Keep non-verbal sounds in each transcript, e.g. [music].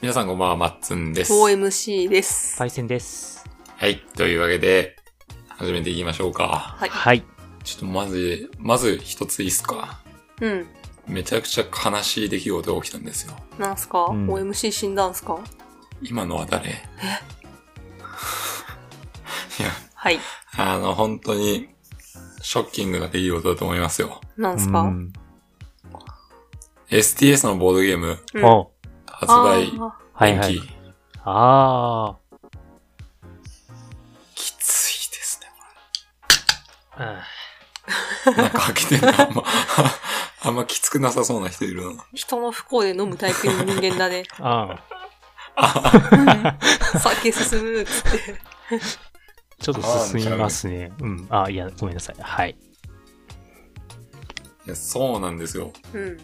皆さんこんばんは、まっつんです。 OMC です。パイセンです。はい。というわけで、始めていきましょうか。はい。はい。ちょっとまず、まず一ついいっすか。うん。めちゃくちゃ悲しい出来事が起きたんですよ。なんすか、うん ?OMC 死んだんすか今のは誰 [laughs] いや、はい。あの、本当に、ショッキングな出来事だと思いますよ。なんすか、うん、ん STS のボードゲーム、おう発売、あはい延は期い。。あきついですね。あ。なんか開けてるのあんま、 [laughs] あんまきつくなさそうな人いるな。ー人の不幸で飲むタイプの人間だね。ああ。酒進むっつって。ちょっと進みますね。うん。あ、いや、ごめんなさい。はい。いや、そうなんですよ。うん。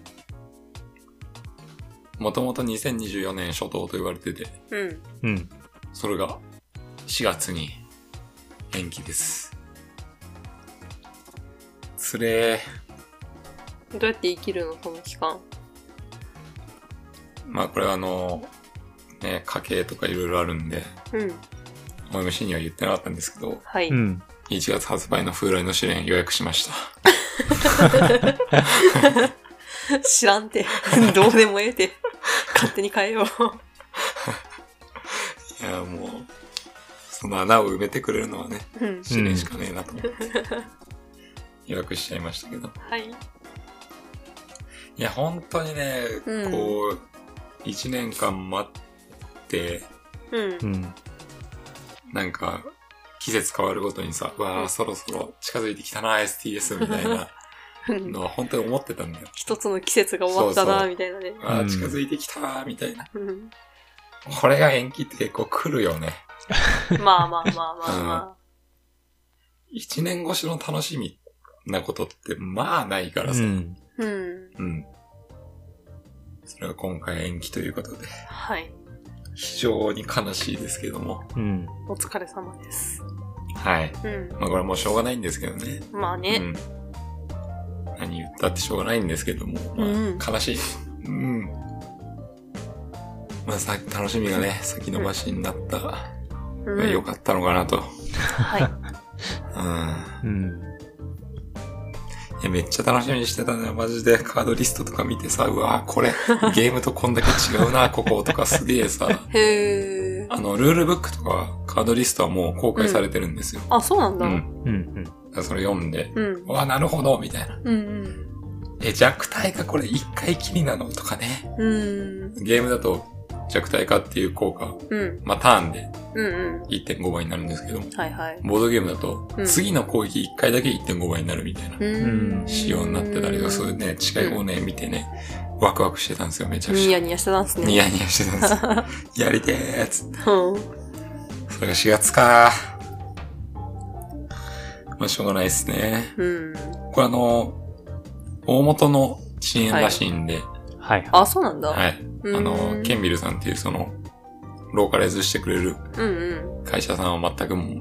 もともと2024年初頭と言われてて、うん。うん。それが4月に延期です。つれー。どうやって生きるのその期間。まあこれはあの、ね、家計とかいろいろあるんで、うん。 OMC には言ってなかったんですけど、はい。うん。 1月発売の風来の試練予約しました。知らんて。 [laughs] どうでもええて。 [laughs] 勝手に変えよう。いや、もう、その穴を埋めてくれるのはね、うん。試練しかねえなと思って、予約しちゃいましたけど。はい。いや、本当にね、うんこう、1年間待って、うんう。ん。なんか、季節変わるごとにさ、わあ、そろそろ近づいてきたな、STS みたいなうんのは本当に思ってたんだよ。一つの季節が終わったそうそな、うみたいなね。わうあ、ん近づいてきた、みたいな。うん。これが延期って結構来るよね。まあまあまあまあま1年越しの楽しみなことって、まあないからうさ。ん。あ。うん。うん。それが今回延期ということで、はい。非常に悲しいですけども。うん。お疲れ様です。はい。うん。まあこれはもうしょうがないんですけどね。まあうね。ん。何言ったってしょうがないんですけども、まあうん悲しい。うん。まあさ、楽しみがね、先延ばしになった。うん。まあよかったのかなと。はい。 [laughs] うん。うん。いや、めっちゃ楽しみにしてたね。マジでカードリストとか見てさ、うわこれ、ゲームとこんだけ違うな、 [laughs] こことかすげえさ。へえ。あの、ルールブックとかカードリストはもう公開されてるんですよ。あ、そうなんうだ。ん。うん。だからそれ読んで、うんう。わなるほど、みたいな。うん。え、弱体がこれ一回きりなのとかね。うん。ゲームだと弱体化っていう効果、うん。まあターンでうん。うん。 1.5倍になるんですけど、はいはい。ボードゲームだとうん次の攻撃1回だけ1.5倍になるみたいなうん。仕様になってたりとか、そういうね、近い方をね、見てね、ワクワクしてたんですよ、めちゃくニちゃヤ。ニヤしてたんすね。ニヤニヤしてたんですよ。やりてーっつって。うん。それが4月かまあしょうがないですね。うん。これあの、大元の支援らしいんで、はいはい。あ、そうなんだ。はい。あうんの、ケンビルさんっていうその、ローカライズしてくれるうんうん。会社さんは全くもう、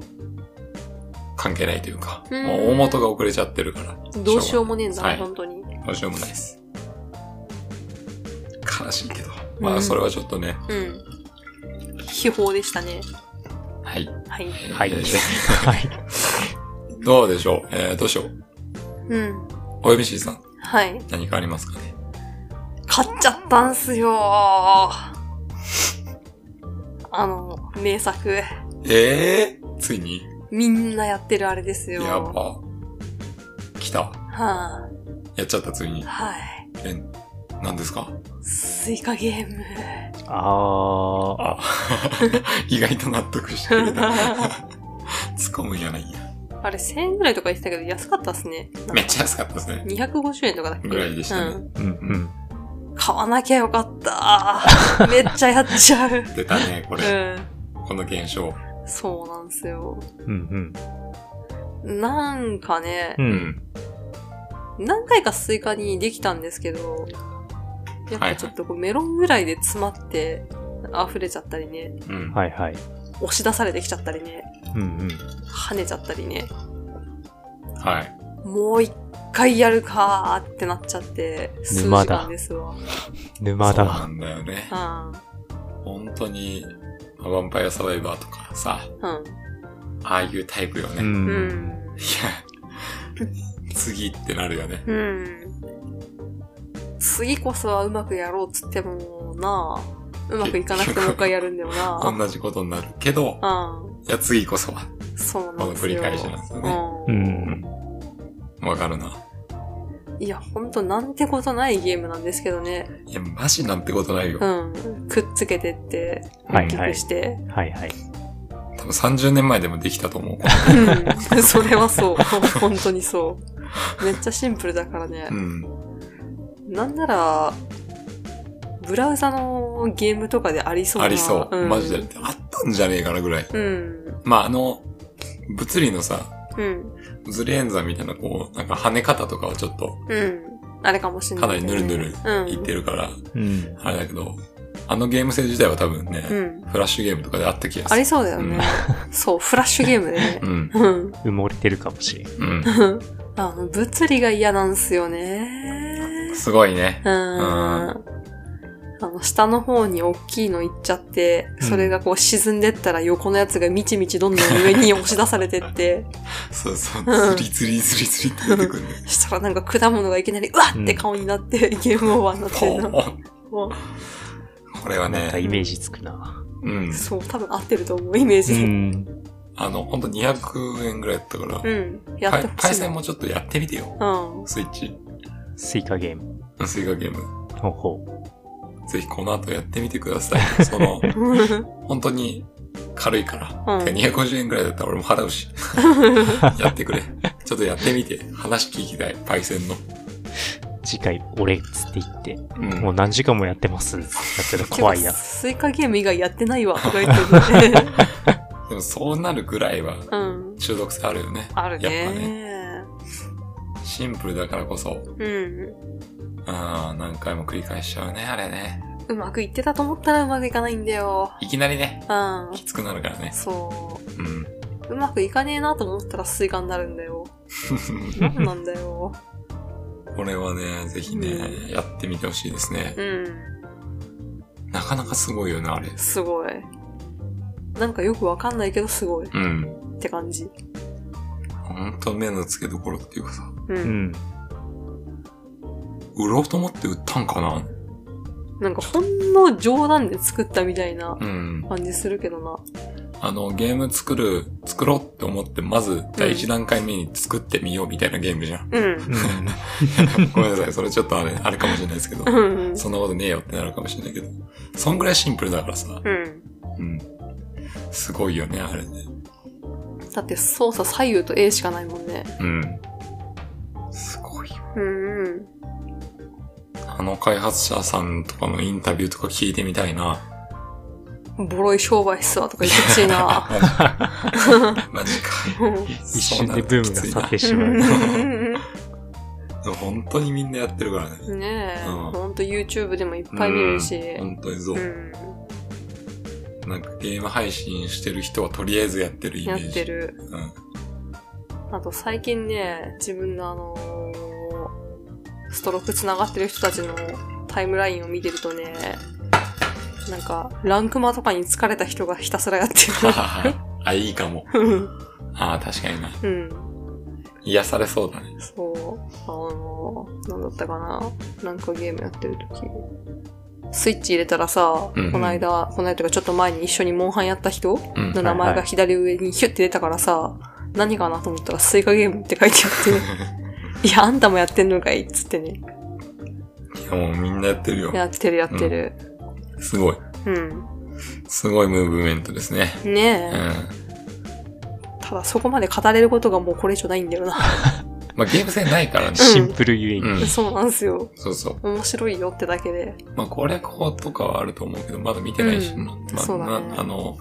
関係ないというか、うんもう大元が遅れちゃってるから、どうしようもねえんだ、はい本当に。どうしようもないです。悲しいけど。うんまあ、それはちょっとね、うん。秘宝でしたね。はい。はい。えーはいはい。 [laughs] どうでしょうえー、どうしよう。うん。お m c さん、はい。何かありますかね買っちゃったんすよーあの、名作。えー、ついにみんなやってるあれですよ。やっぱ、来た。はやっちゃった、ついにい、。はい。え、何です [laughs] かスイカゲーム。ああ。あ、意外と納得してくれた。 [laughs] 突っ込むんやないんや。あれ、1000円ぐらいとか言ってたけど、安かったっすね。めっちゃ安かったですね。 250円とかだっけぐらいでしたねうん。うんうん。 [laughs] 買わなきゃよかった。めっちゃやっちゃう。出たね、こうれ。ん。この現象。そうなんですよ。うんなんかねうん。う、。うんん。何回かスイカにできたんですけど、やっぱちょっとこうメロンぐらいで詰まって溢れちゃったりね、うん。はいはい。押し出されてきちゃったりね、うんうん。跳ねちゃったりね、はい。もう一回やるかーってなっちゃって、数時沼だ間ですわ。沼そうだ。なんだよね。う本当に、まあヴァンパイアサバイバーとかさ、ん。ああいうタイプよね。う。いうん。うんん。や、次ってなるよね。うん。次こそはうまくやろうっつってもなうまくいかなくてもう一回やるんだよ [laughs] な同じことになるけど、うん。いや、次こそは。そうなこんのです繰りよ。返しなんですよね。う。うんん。わかるな。いや、ほんとなんてことないゲームなんですけどね。いや、マジなんてことないよ。うん。くっつけてって、は大いきくして。はいはい。多分30年前でもできたと思う。こうん。 [laughs] それはそう。本当にそう。めっちゃシンプルだからね。のうん。 [laughs] なんなら、ブラウザのゲームとかでありそうな。ありそう。んマジで。あったんじゃねえかなぐらい。うん。まあ、あの、物理のさ、うん。物理演算みたいな、こう、なんか跳ね方とかはちょっと、うん。あれかもしれなかい、なりぬるぬるうん。いってるから、うん。あれだけど、あのゲーム性自体は多分ね、うん。フラッシュゲームとかであった気があする。りそうだよね。 [laughs] そう、フラッシュゲームでねう。ん。うん。 [laughs] 埋もれてるかもしれん。うん。あの、物理が嫌なんすよね。すごいねう。ん。あの、下の方に大きいの行っちゃって、それがこう沈んでったら横のやつがみちみちどんどん上に押し出されてって、そうそう。うズんリズリズリズリって出てくるね。 [laughs] そしたらなんか果物がいきなりうわっって顔になって、ゲームオーバーになってポるーの。ンもこれはなんかね、イメージつくな。うんう。そう、多分合ってると思う、イメーうジ。うん。ん。あの、ほんと200円ぐらいだったから、やってパイほパイしいセンな。もちょっとやってみてよ。うん。スイッチ。スイカゲーム。スイカゲーム。ほうほぜひこの後やってみてください。そ [laughs] の、本当に軽いから。うんてか250円くらいだったら俺も払う [laughs] し。やってくれ。ちょっとやってみて。話聞きたい。パイセンの。う。次回、俺っつって言って。うん。もう何時間もやってます。やったら怖いや [laughs] てか。スイカゲーム以外やってないわ、とか言ってるね。でもそうなるぐらいはうん。中毒性あるよね。あるやっぱね。ね。シンプルだからこそ。うん。ああ、何回も繰り返しちゃうね、あれね。うまくいってたと思ったらうまくいかないんだよ。いきなりね、うん。きつくなるからね。そうん。 [laughs] う。うまくいかねえなと思ったらスイカになるんだよ。なんなんだよ。これはね、ぜひうね、やってみてほしいですね。うん。なかなかすごいよね、あれ。すごい。なんかよくわかんないけどすごいっうん。て感じ。ほんと目の付けどころっていうかさ、うん。うん。売ろうと思って売ったんかななんかほんの冗談で作ったみたいなうん。感じするけどな。あの、ゲーム作る、作ろうって思って、まず第一段階目に作ってみようみたいなゲームじゃん。うん。ごめんなさい、それちょっとあれ、あれかもしれないですけどう。ん。そんなことねえよってなるかもしれないけど。そんぐらいシンプルだからさ。うん。うん。すごいよね、あれね。だって操作左右と A しかないもんね。うん。すごいよ。うんうん。あの開発者さんとかのインタビューとか聞いてみたいな。ボロい商売っすわとか言ってほしいな。マジか。 [laughs] マジか。うん一瞬でブームが去ってしまう。う。本当にみんなやってるからね。 [laughs] ねえ、うんほんと YouTube でもいっぱい見るし。うん本当にそうう。ん。なんかゲーム配信してる人はとりあえずやってるイメやーっジ。て。る。うん。あと最近ね、自分のあのーストローク繋がってる人たちのタイムラインを見てるとね、なんか、ランクマとかに疲れた人がひたすらやってあ、いいかも。る。 [laughs] ああ、確かにな。うん。癒されそうだね。そう。あのーなんだったかな。なんかゲームやってるとき。スイッチ入れたらさ、うんこの間、この間というかちょっと前に一緒にモンハンやった人うん。の名前が左上にヒュッて出たからさ、何かなと思ったらスイカゲームって書いてあ [laughs] って、いや、あんたもやってんのかいっつってね。いやもうみんなやってるよ。やってるやってる。すごい。うん。すごいムーブメントですね。うねんえ、。ただそこまで語れることがもうこれ以上ないんだよな。まあゲーム性ないからね。 [laughs] シンプルゆえうに。ん。そうなんすよ。そうそう。面白いよってだけで。まあ攻略法とかはあると思うけど、まだ見てないし、うんまあそうだねなあの、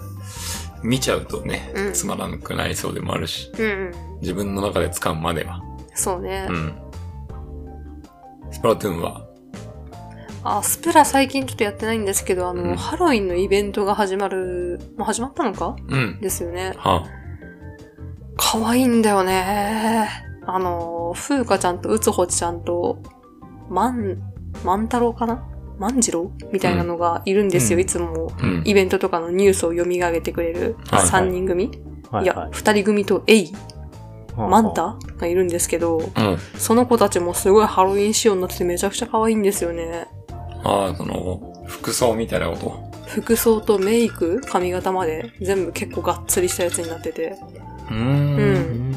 見ちゃうとね、うんつまらなくなりそうでもあるし、うんうん。自分の中で掴むまでは。そうね。うん。スプラトゥーンは、あ、スプラ最近ちょっとやってないんですけど、あの、うんハロウィンのイベントが始まる、もう始まったのかうん。ですよね。は可愛いんだよね。あの、風花ちゃんとうつほちゃんと、万、万太郎かな万次郎みたいなのがいるんですよ、うんいつも。あ、うん。イベントとかのニュースを読み上げてくれるはいはい3人組、はいいはや、2人組とエイ、い。マンタがいるんですけど、うん。その子たちもすごいハロウィン仕様になっててめちゃくちゃ可愛いんですよね。ああ、その、服装みたいなこと。服装とメイク、髪型まで全部結構がっつりしたやつになってて、うー。うんうん。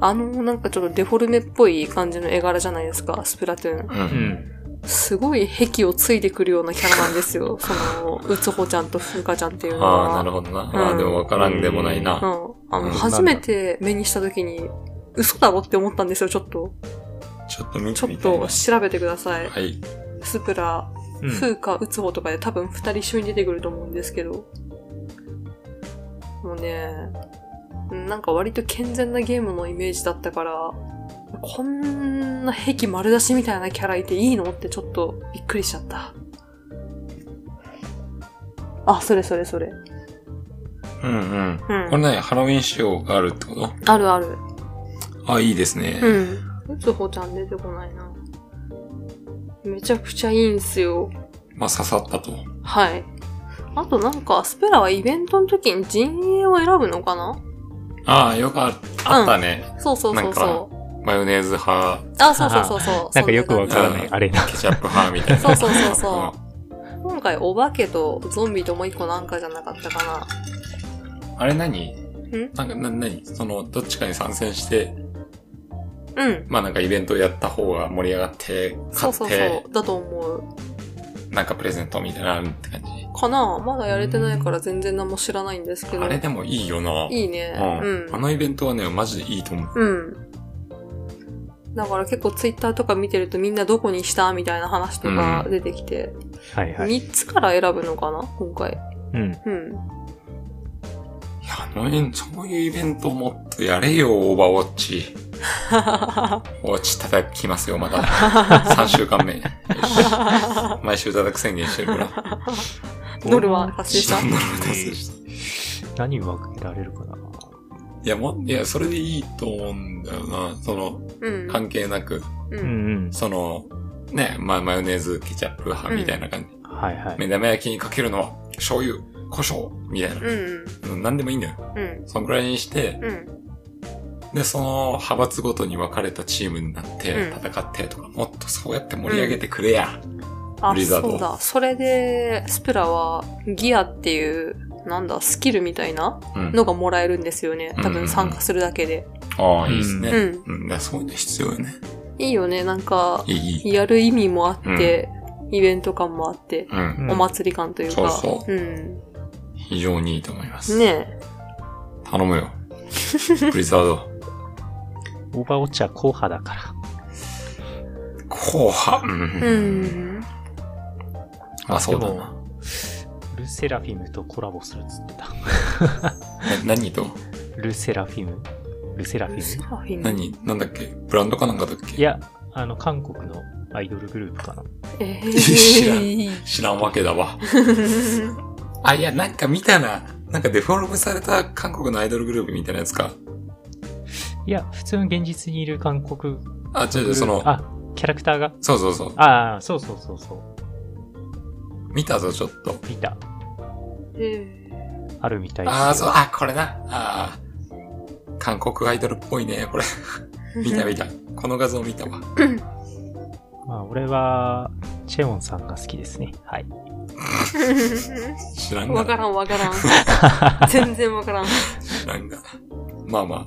あのなんかちょっとデフォルメっぽい感じの絵柄じゃないですか、スプラトゥーう。ン。うんん。すごい癖をついてくるようなキャラなんです [laughs] よ。その、うつほちゃんとふうかちゃんっていうのは。ああ、なるほどな。ああ、でもわからんでもないな。うん。あの、うん初めて目にした時に、嘘だろって思ったんですよ、ちょっと。ちょっと見ちょてっみたいとな。調べてください。はい。スプラ、風かうつほとかで多分二人一緒に出てくると思うんですけど。もうね、なんか割と健全なゲームのイメージだったから、こんな壁丸出しみたいなキャラいていいのってちょっとびっくりしちゃった。あ、それそれそれ。うんううん。これん。ね、ハロウィン仕様があるってことあるある。あ、いいですね。うん。うつほちゃん出てこないな。めちゃくちゃいいんすよ。まあ、刺さったと。はい。あとなんか、スペラはイベントの時に陣営を選ぶのかなああ、よくああったね。そうそうそうそう。マヨネーズ派、あ、そうそうそうそう。 [laughs] なんかよくわからなうい、んあれな。ケチャップ派みたいな。そうそうそうそ今回、お化けとゾンビともう一個なんかじゃなかったかうん。あれ何んなんか、な、なにその、どっちかに参戦して、な。うん。まあなんかイベントやった方が盛り上がって、そ勝うって、そうそう。だと思う。なんかプレゼントみたいなのあるって感じ。かなまだやれてないから全然何も知らないんですけどあ。れでもいいよな。いいね。うん。うんあ。のイベントはね、マジでいいと思う。うん。だから結構ツイッターとか見てるとみんなどこにしたみたいな話とか出てきて、はいはい。 3つから選ぶのかな今回。うん。うん。いや、あのイベントそういうイベントもっとやれよ、オーバーウォッ [laughs] チ。ウォッチ叩きますよ、ま [laughs] だ。3週間目。よし毎週叩く宣言してるから。ノルは達成した何。度も達成した [laughs] 何を分けられるかな。いや、もう、いや、それでいいと思うんだよな。その、うん。関係なく、ううんん。うん。その、ね、まあ、マヨネーズ、ケチャップ派みたいな感じ。はいはい。目玉焼きにかけるのは、醤油、胡椒、みたいな。うん。うん、何でもいいんだよ。うん。そのくらいにして、うん。で、その派閥ごとに分かれたチームになって、う戦ってとか、もっとそうやって盛り上げてくれや。あ、ブリザードそうだ。それで、スプラはギアっていう、なんだ、スキルみたいなうん。のがもらえるんですよね。う多んうんう分ん参加するだけで。ああ、いいですうね。ん。うん。だからそういうの必要よね。いいよね。なんか、いい、いい。やる意味もあって、イベント感もあって、うん。お祭り感というか。。そうそううん。非常にいいと思います。ねえ。頼 [laughs] むよ。ブリザード。オーバーウォッチは硬派だか後半。うんうん。まあそうだでな。ら。ルセラフィムとコラボするっつってた。え [laughs] 何とルセラフィムルセラフルセィムラフィム何なんだっけブランドかなんかだっけいや、あの、韓国のアイドルグループかな。え [laughs] 知らんー、知らんわけだわ。 [laughs] あ、いや、なんか見たな。なんかデフォルムされた韓国のアイドルグループみたいなやつか。いや、普通の現実にいる韓国グあ、違う違ルう、そーのプ。、あ、キャラクターが。そうそうそう。ああ、そうそうそうそう。見たぞ、ちょっと。見た。えあるみたいですよああ、そう、あ、これな。ああ。韓国アイドルっぽいね、 [laughs] これ。ー見た見た。この画像見たわ。まあ、俺は、チェウォンさんが好きですね。はい。知らんがな。 [laughs] わからんわから [laughs] ん。全然わからん。知らんがな。まあまあ。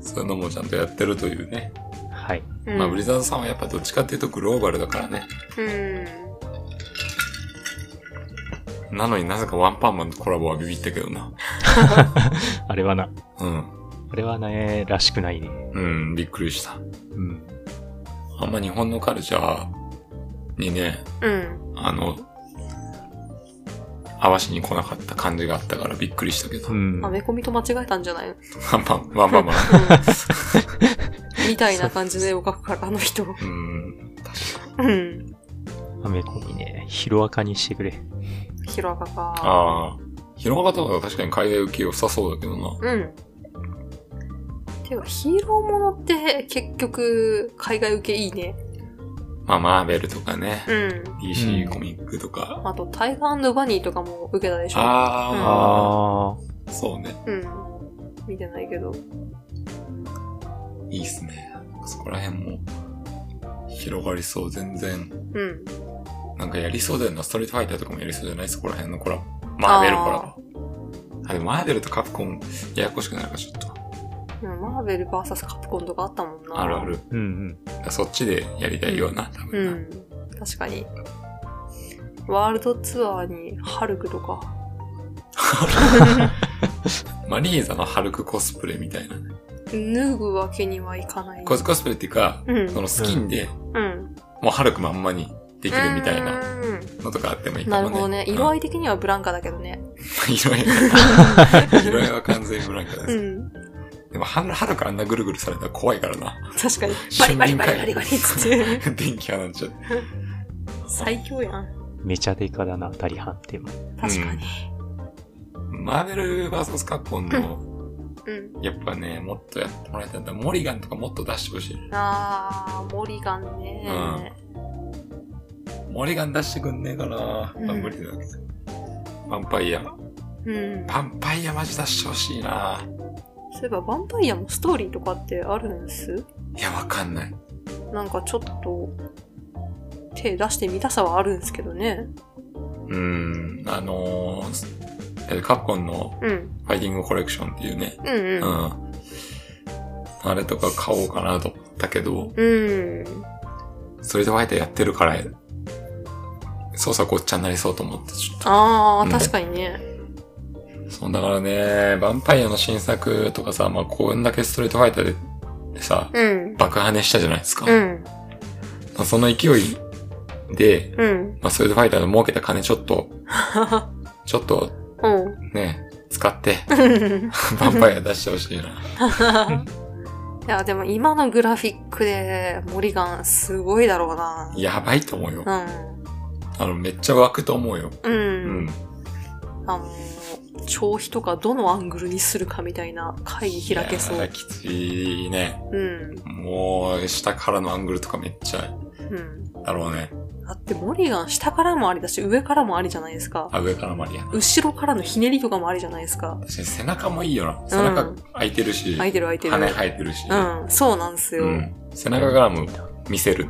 そういうのもちゃんとやってるというね。はい。うんまあ、ブリザードさんはやっぱどっちかっていうとグローバルだからね。うん。なのになぜかワンパンマンとコラボはビビったけどな。あれはな、うん。あれはね、らしくないね。うん、びっくりした。うん。あんま日本のカルチャーにね、うん。あの、合わしに来なかった感じがあったからびっくりしたけど。うまアん。メコミと間違えたんじゃないのあまあまあまあまあ。うんみたいな感じの絵を描くから、あの人。うん。うん。アメコミね、ヒロアカにしてくれ。ヒロアカか。ああ。広がとか確かに海外受け良さそうだけどな。うん。てか、ヒーローものって結局、海外受けいいね。まあ、マーベルとかね。うん。 DC うんコミックとか。あと、タイガーバニーとかも受けたでしょ。あああ、そうね。うん。見てないけど。いいっすね。そこら辺も広がりそう。全然。うん。なんかやりそうだよな。ストリートファイターとかもやりそうじゃないそこら辺のコラボ。マーベルコラボ。あ、でもマーベルとカプコン、ややこしくなるからちょっと。でもマーベル VS カプコンとかあったもんな。あるあ。る。ー。うんだからそっちでやりたいような、多う分な。ん。確かに。ワールドツアーにハルクと [laughs] か。マリーザのハルクコスプレみたいな。脱ぐわけにはいかない。コスコスプレっていうか、うんそ。のスキンで、うん。もうハルクまんまにできるみたいなうーんのとかあってもいいなかもるね。ほどね。色合い的にはブランカだけどね。うん [laughs] 色合い。色合いは [laughs] 完全にブランカです。うん。でもハル、ハルクあんなぐるぐるされたら怖いからな。 [laughs] 確かに。バリ瞬バリ間バリバリバリっつって。電気放っちゃって。最強やん。うん。めちゃデカだな、ダリハンっても。確かに。マーベル VS カッコンの、うん。やっぱね、もっとやってもらいたいんだ。モリガンとかもっと出してほしい。あー、モリガンね。モリガン出してくんねえかな、うんまあ無理だけど。ヴァンパイア。ヴうん。ァンパイアマジ出してほしいなそういえば、ヴァンパイアもストーリーとかってあるんですいや、わかんない。なんかちょっと、手出してみたさはあるんですけどね。うーん、あのーえー、カプコンのうん。ファイティングコレクションっていうね、うんうん。うん。あれとか買おうかなと思ったけど、うん。それでファイターやってるから、操作ごっちゃになりそうと思って、ちょっあうー、ん確かにね。と。そう、だからね、ヴァンパイアの新作とかさ、まあ、こんだけストリートファイターでさ、うん。爆破ねしたじゃないですか。うん。まあその勢いで、うん。まあ、ストリートファイターの儲けた金ちょっ [laughs] と、ちょっとうん。ね、使って、 [laughs] [laughs] ヴァンパイア出してほしいな。いや、でも今のグラフィックで、モリガンすごいだろうな。やばいと思うよ。うあの、めっちゃ湧くと思うよ。ん。う。うんん。あのー、消費とかどのアングルにするかみたいな会議開けそいやーう。きついね。うん。もう、下からのアングルとかめっちゃ、うん。だろうね。だってモリガン下からもありだし、上からもありじゃないですか。あ、上からマリア。後ろからのひねりとかもありじゃないですか。私、背中もいいよな。背中開いてるし、空いてる空いてる。羽生えてるし。うん。そうなんですよ。ううん。ん。背中からも見せる。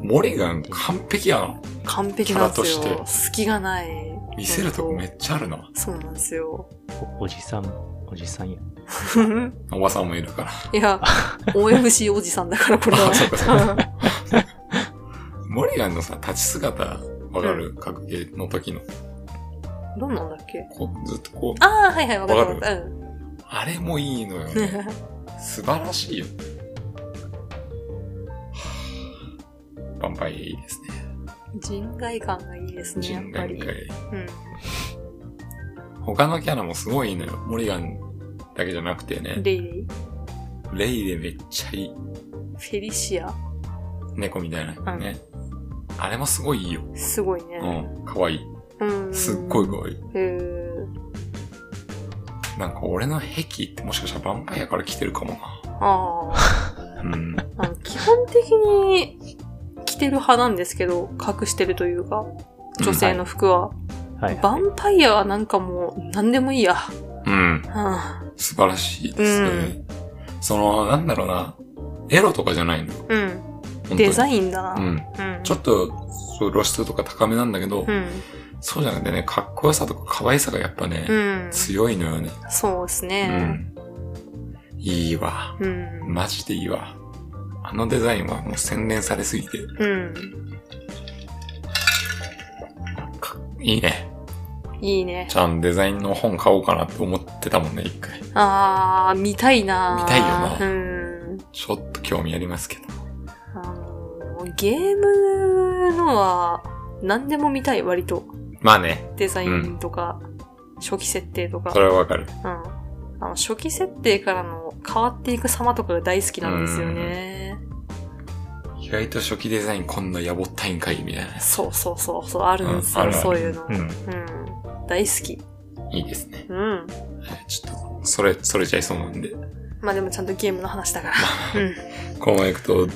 モリガン完璧やな。完璧なんですキャラよ。と隙がない。見せるとこめちっちゃあるな。ゃ。そうなんですよ。おおじさん、おじさんや。おばさんもいるから。いや、OFC おじさんだからこれはあ、。そうかそうか。モリガンのさ、立ち姿、わかる格ゲーの時の。 [laughs] どんなんだっけこうずっとこう。ああ、はいはい、わかったわかった。うん。あれもいいのよね。素晴らしいよ。はあヴァンパイアいいですね。 [laughs] 人外感がいいですね、やっ人ぱ外り。界。うん。他のキャラもすごいいいのよ。モリガンだけじゃなくてね。レイレイ、レイでめっちゃいい。フェリシア、猫みたいなね。あれもすごいいいよ。すごいうね。ん。かわいい。うん。すっごいか。わいい。へーなんか俺の癖ってもしかしたらヴァンパイアから来てるかもあな。うん。あ。あの基本的に着てる派なんですけど、隠してるというか、女性の服は。はい。ヴァンパイアはなんかもう、なんでもいいや。うん。うん素晴らしいですね。その、なんだろうな。エロとかじゃないの。うん。本当にデザインだな。ううん。ん。ちょっと、そう露出とか高めなんだけど、うん。そうじゃなくてね、かっこよさとか可愛さがやっぱね、うん。強いのよね。そうですうね。ん。いいわ。うん。マジでいいわ。あのデザインはもう洗練されすぎて、うん。かいいね。いいね。ちゃんデザインの本買おうかなって思ってたもんね、一回。あー、見たいなー見たいよなうん。ちょっと興味ありますけど。あのーゲームのは、何でも見たい、割と。まあね、デザインとか、初期設定とかそ、れはわかる。うん。あの、初期設定からの変わっていく様とかが大好きなんですよね。意外と初期デザインこんなやぼったいんかいみたいなやつ。そうそうそう、そう、あるんですうんあよ、るあるそういうの。う。うんん。大好き。いいですね。うん。はいちょっと、それ、それちゃいそうなんで。まあでもちゃんとゲームの話だから。このままいくと、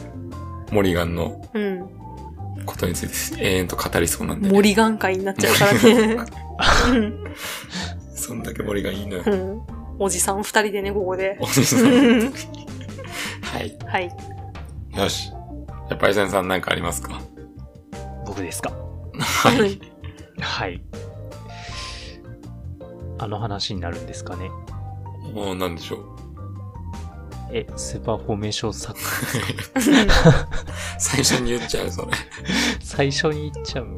モリガンのうん。うん。ことについて永遠と語りそうなんで、モリガン会になっちゃうからね。 [laughs] [laughs] そんだけモリガンいいのよう。ん。うんおじさん二人でね、ここで。おじさ。うんんはい。はい。よし。じゃあ、パイセンさんなんかありますか僕ですか。はい。はい。あの話になるんですかね。もうなんでしょう。え、スーパーフォーメーション作家最初に言っちゃう、それ。最初に言っちゃう。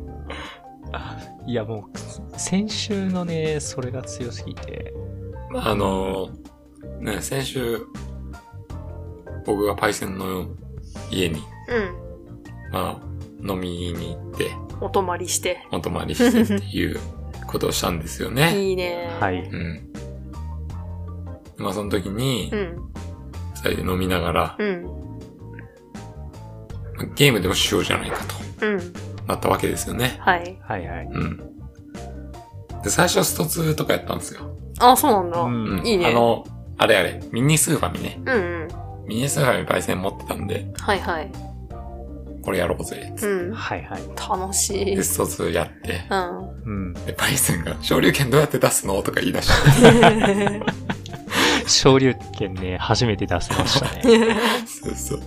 あいやもう、先週のね、それが強すぎて。あのー、ね、先週、僕がパイセンの家に、うん。まあ、飲みに行って、お泊まりして。お泊まりしてっていうことをしたんですよね。 [laughs] いいね。はい。うん。まあ、その時にう、ん。二人で飲みながら、うん。ゲームでもしようじゃないかとうん。なったわけですよね。はい。はいはい。うん。で、最初スト2とかやったんですよ。あ、そうなんだ。う。うんうんん。いいねあの、あれあれ、ミニスーファミね。うん。ミニスーファミパイセン持ってたんで、はいはい。これやろうぜ。つっうん。はいはい。楽してい。う [laughs] で、ん。スト2やって、うん。で、パイセンが、昇竜拳どうやって出すのとか言い出して、昇竜拳ね、初めて出せました [laughs] ね。そうそう。で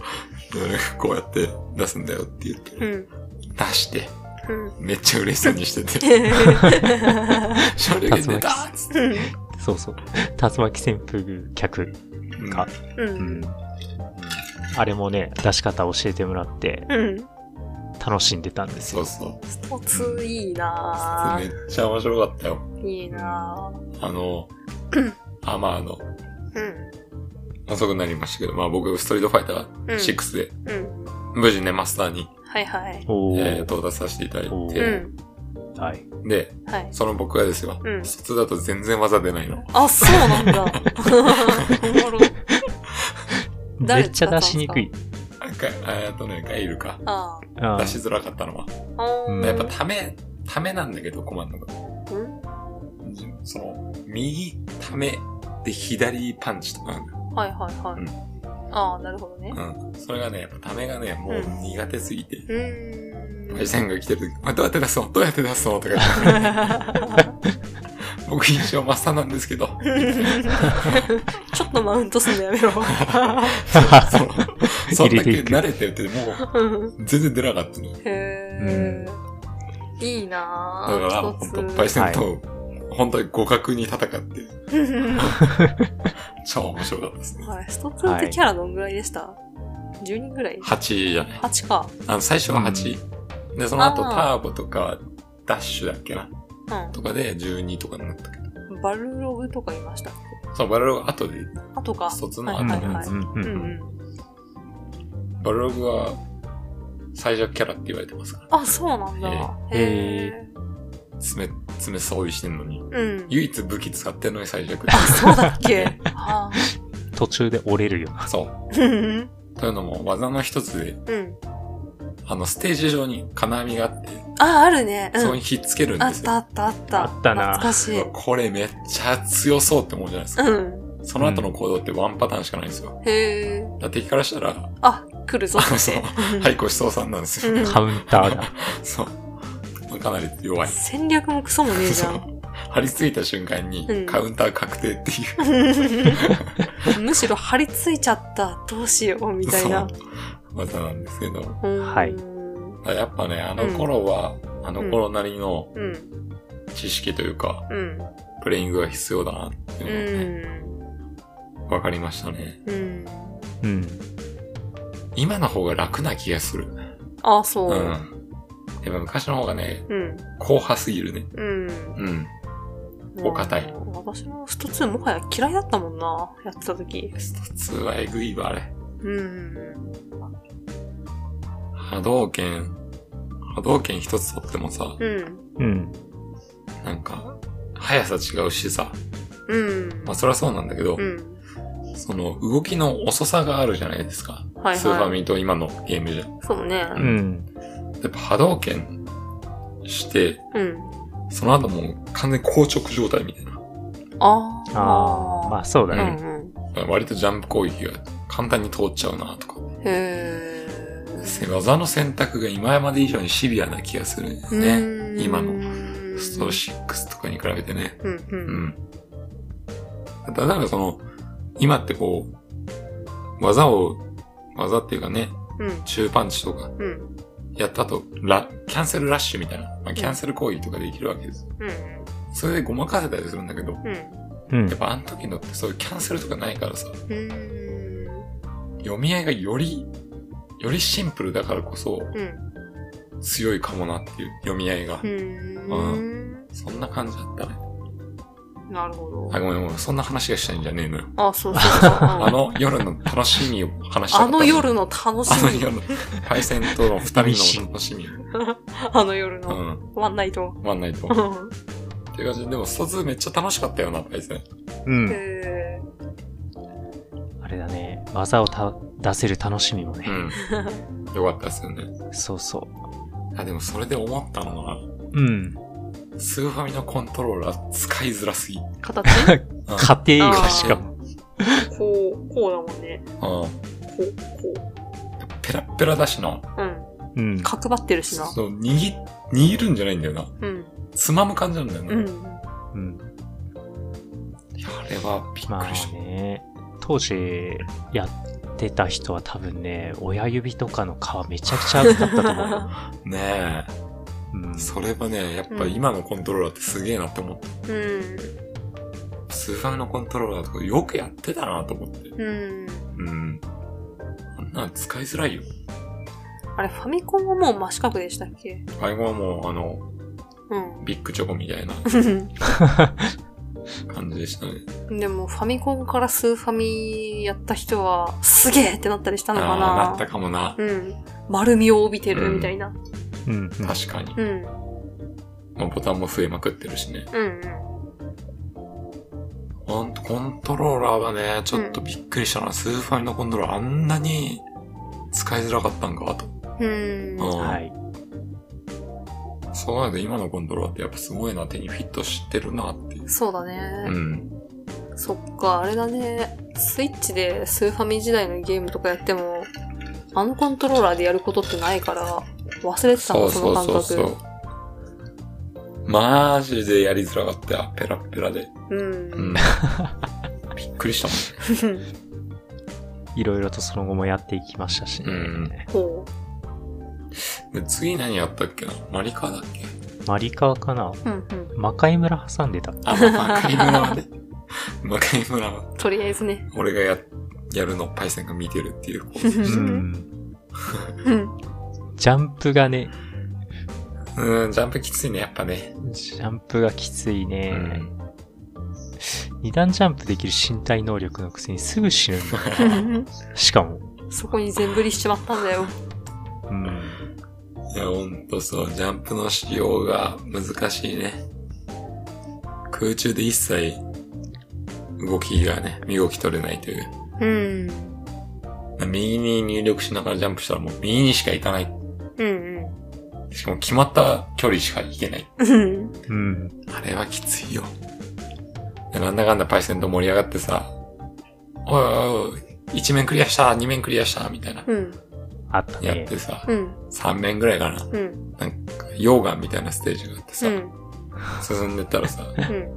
こうやって出すんだよって言って、うん。出して、うん。めっちゃ嬉しそうにして [laughs] て、昇竜拳出たーっつって。そうそう。竜巻旋風客か。う。うんん。あれもね、出し方教えてもらって、うん。楽しんでたんですそよ。うそう。スト2いいなめぁ。っちゃ面白かったよ。いいなぁ。あの、あ、まああの、うん。遅くなりましたけど、まあ僕、ストリートファイタうんー6で、うん。無事ね、マスターに、はいはい。おーえー、到達させていただいおうて、ん。はい。で、はい。その僕はですよ、うん普通だと全然技出ないの。あ、そうなん [laughs] だ。おもろ。め誰っちゃ出しにくい。なんか、えーっとね、ガイルか。ああ出しづらかったのは。あ。おうんーやっぱ、ため、ためなんだけど、困るのが。うんその、右、ため、で、左パンチとかなんだよ。はいはいはうい。ああ、なるほどね。うん。それがね、やっぱためがね、もううん苦手すぎて。うーん。パイセンが来てる時、お前どうやって出すのどうやって出すのとか言って。 [laughs] 僕印象マスターなんですけ [laughs] ど。ちょっとマウントすんのや [laughs] めろ。そう。そんだけ入れていく慣れてるって、もう、全然出なかったの。へーいいなだぁ。から、一つ本当 [laughs] パイセンと、本当に互角に戦って、超面白かったですね。はい、スト2ってキャラどんぐらいでした、?10 人ぐらい8じゃない。 ?8 か。あの、最初は8。で、その後、タあーボとか、ダッシュだっけなうとかで12とかになったけど。ん。バルログとかいました。そう、バルログ後で、あとか。卒の後はいのはやいつはい。うんううんうんん。バルログは、最弱キャラって言われてますから。あ、そうなんだ。えーへえ。爪、爪装備してんのに。うん。唯一武器使ってんのに最弱。 [laughs] あ、そうだっけは途中で折れるよ。そう。ぁ。うんというのも、技の一つで、うん。あの、ステージ上に金網があって、あ、あるね。うそこん。にひっつけるんあでっすたよ。あったあった。あったな懐かしい。これめっちゃ強そうって思うじゃないですか。うん。その後の行動ってワンパターンしかないんですよ。へえ。だから敵からしたら、あ、来るぞって。そううんはい、ごちそうさんなんですよ。うんカウンターが。そう。まあかなり弱い。戦略もクソもねえじそゃん。う。張り付いた瞬間うんに、カウンター確定っていう。 [laughs] むしろ張り付いちゃった。どうしよ [laughs] う、みたいな。そう技なんですけど。だかうーんはいらやっぱね、あの頃は、あの頃なりのうん。知識というか、うん。プレイングが必要だなってういうのがね、ん。わかりましたね。うん。うん。今の方が楽な気がする。あ、そうう。ん。やっぱ昔の方がね、うん。硬派すぎるね。うん。うん。うんお堅い。私もスト2もはや嫌いだったもんな。やってた時。スト2はえぐいわ、あれ。うん。波動拳、波動拳一つ取ってもさ、うん。うん。なんか、速さ違うしさ。うん。まあ、そりゃそうなんだけど、うん。その、動きの遅さがあるじゃないですか。はいはいスーファミと今のゲームじゃ。やそうね。うん。っぱ波動拳して、うん。その後もう完全に硬直状態みたいな。あーああ、まあそうだうね。んう割とジャンプ攻撃が簡単に通っちゃうなとか。ん。へせ技の選択が今まで以上にシビアな気がするんですえ。ね。ね今のスト6とかに比べてね。うんう。うんん。だからなんかその、今ってこう、技を、技っていうかね、うん。中パンチとか、うん。うん。やった後、ラ、キャンセルラッシュみたいな、まあ、キャンセル攻撃とかできるわけです。それでごまかせたりするんだけど、うん。うんやっ。ぱあの時のってそういうキャンセルとかないからさ、うん。読み合いがより、よりシンプルだからこそうん。強いかもなっていう読み合いが。うん。そんな感じだったね。なるほど。あ、ごめんごめん、そんな話がしたいんじゃねえのよ。あ、そうそうそう。うんあの夜の楽しみを話したかあったのの夜の楽しあのみ。夜の、海鮮との二人の楽しみ。あの夜うのん、ワンナイト。ワンナイト。っうんていう感じで、でも、スト2めっちゃ楽しかったよな、海鮮。うん。へーあれだね。技をた出せる楽しみもうね。ん。よかったですよね。そうそあ、でもそれで思ったのは、う。うん。スーファミのコントローラー使いづらすぎ。うん形家庭あがーしかも。こう、こうだもんね。うんこう、こペラッペラだしな。う。うん。うん。角張ってるしな。そう、握、握るんじゃないんだよな。うん。つまむ感じなんだよね。うん。うん。いや、あれはびっまくりした。あね、当時やってた人は多分ね、親指とかの皮めちゃくちゃ厚かったと思うよ。ねえ。うん、それはね、やっぱ今のコントローラーってすげえなって思った。うん。スーファミのコントローラーとかよくやってたなと思って。うん。うん。あんなん使いづらいよ。あれ、ファミコンはもう真四角でしたっけ最後はもう、あの、うん。ビッグチョコみたいな感じでしたね。でも、ファミコンからスーファミやった人は、すげえってなったりしたのかああー、ななったかもな。うん。丸みを帯びてるみたいな。うん、確かに。うん。まあボタンも増えまくってるしね。うん。ほんと、コントローラーはね、ちょっとびっくりしたな。スーファミのコントローラーあんなに使いづらかったんか、と。ううんん。はい。そうなると今のコントローラーってやっぱすごいな、手にフィットしてるなっていう。そうだね。うん。そっか、あれだね。スイッチでスーファミ時代のゲームとかやっても、あのコントローラーでやることってないから、忘れてたその、うそそのう感そう覚。そう。マジでやりづらかったよ。ペラッペラで。うん。うん。びっくりしたもん。 [laughs] いろいろとその後もやっていきましたしね。うんほで次何やったっけなマリカーだっけマリカーかなう。うんうん。魔界村挟んでた。あ、魔界村 [laughs] はね。魔界村は、とりあえずね。俺がや、やるのをパイセンが見てるっていう、こうう。うん。ん。ジャンプがね、うん、ジャンプきついね、やっぱね。ジャンプがきついうね。ん。二段ジャンプできる身体能力のくせにすぐ死ぬ [laughs] んだ。しかも。そこに全振りしちまったんだよ。うん。いや、ほんとそう、ジャンプの使用が難しいね。空中で一切、動きがね、身動き取れないという。うん。右に入力しながらジャンプしたらもう右にしか行かない。うんしかも決まった距離しか行けない。うん。うん。あれはきついよ。でなんだかんだパイセンと盛り上がってさ、おいおいおい、1面クリアした、2面クリアした、みたいな。うん。あったやっね。てさ、うん。 3面ぐらいかな。うん。なんか、溶岩みたいなステージがあってさ、うん。進んでったらさ、うん。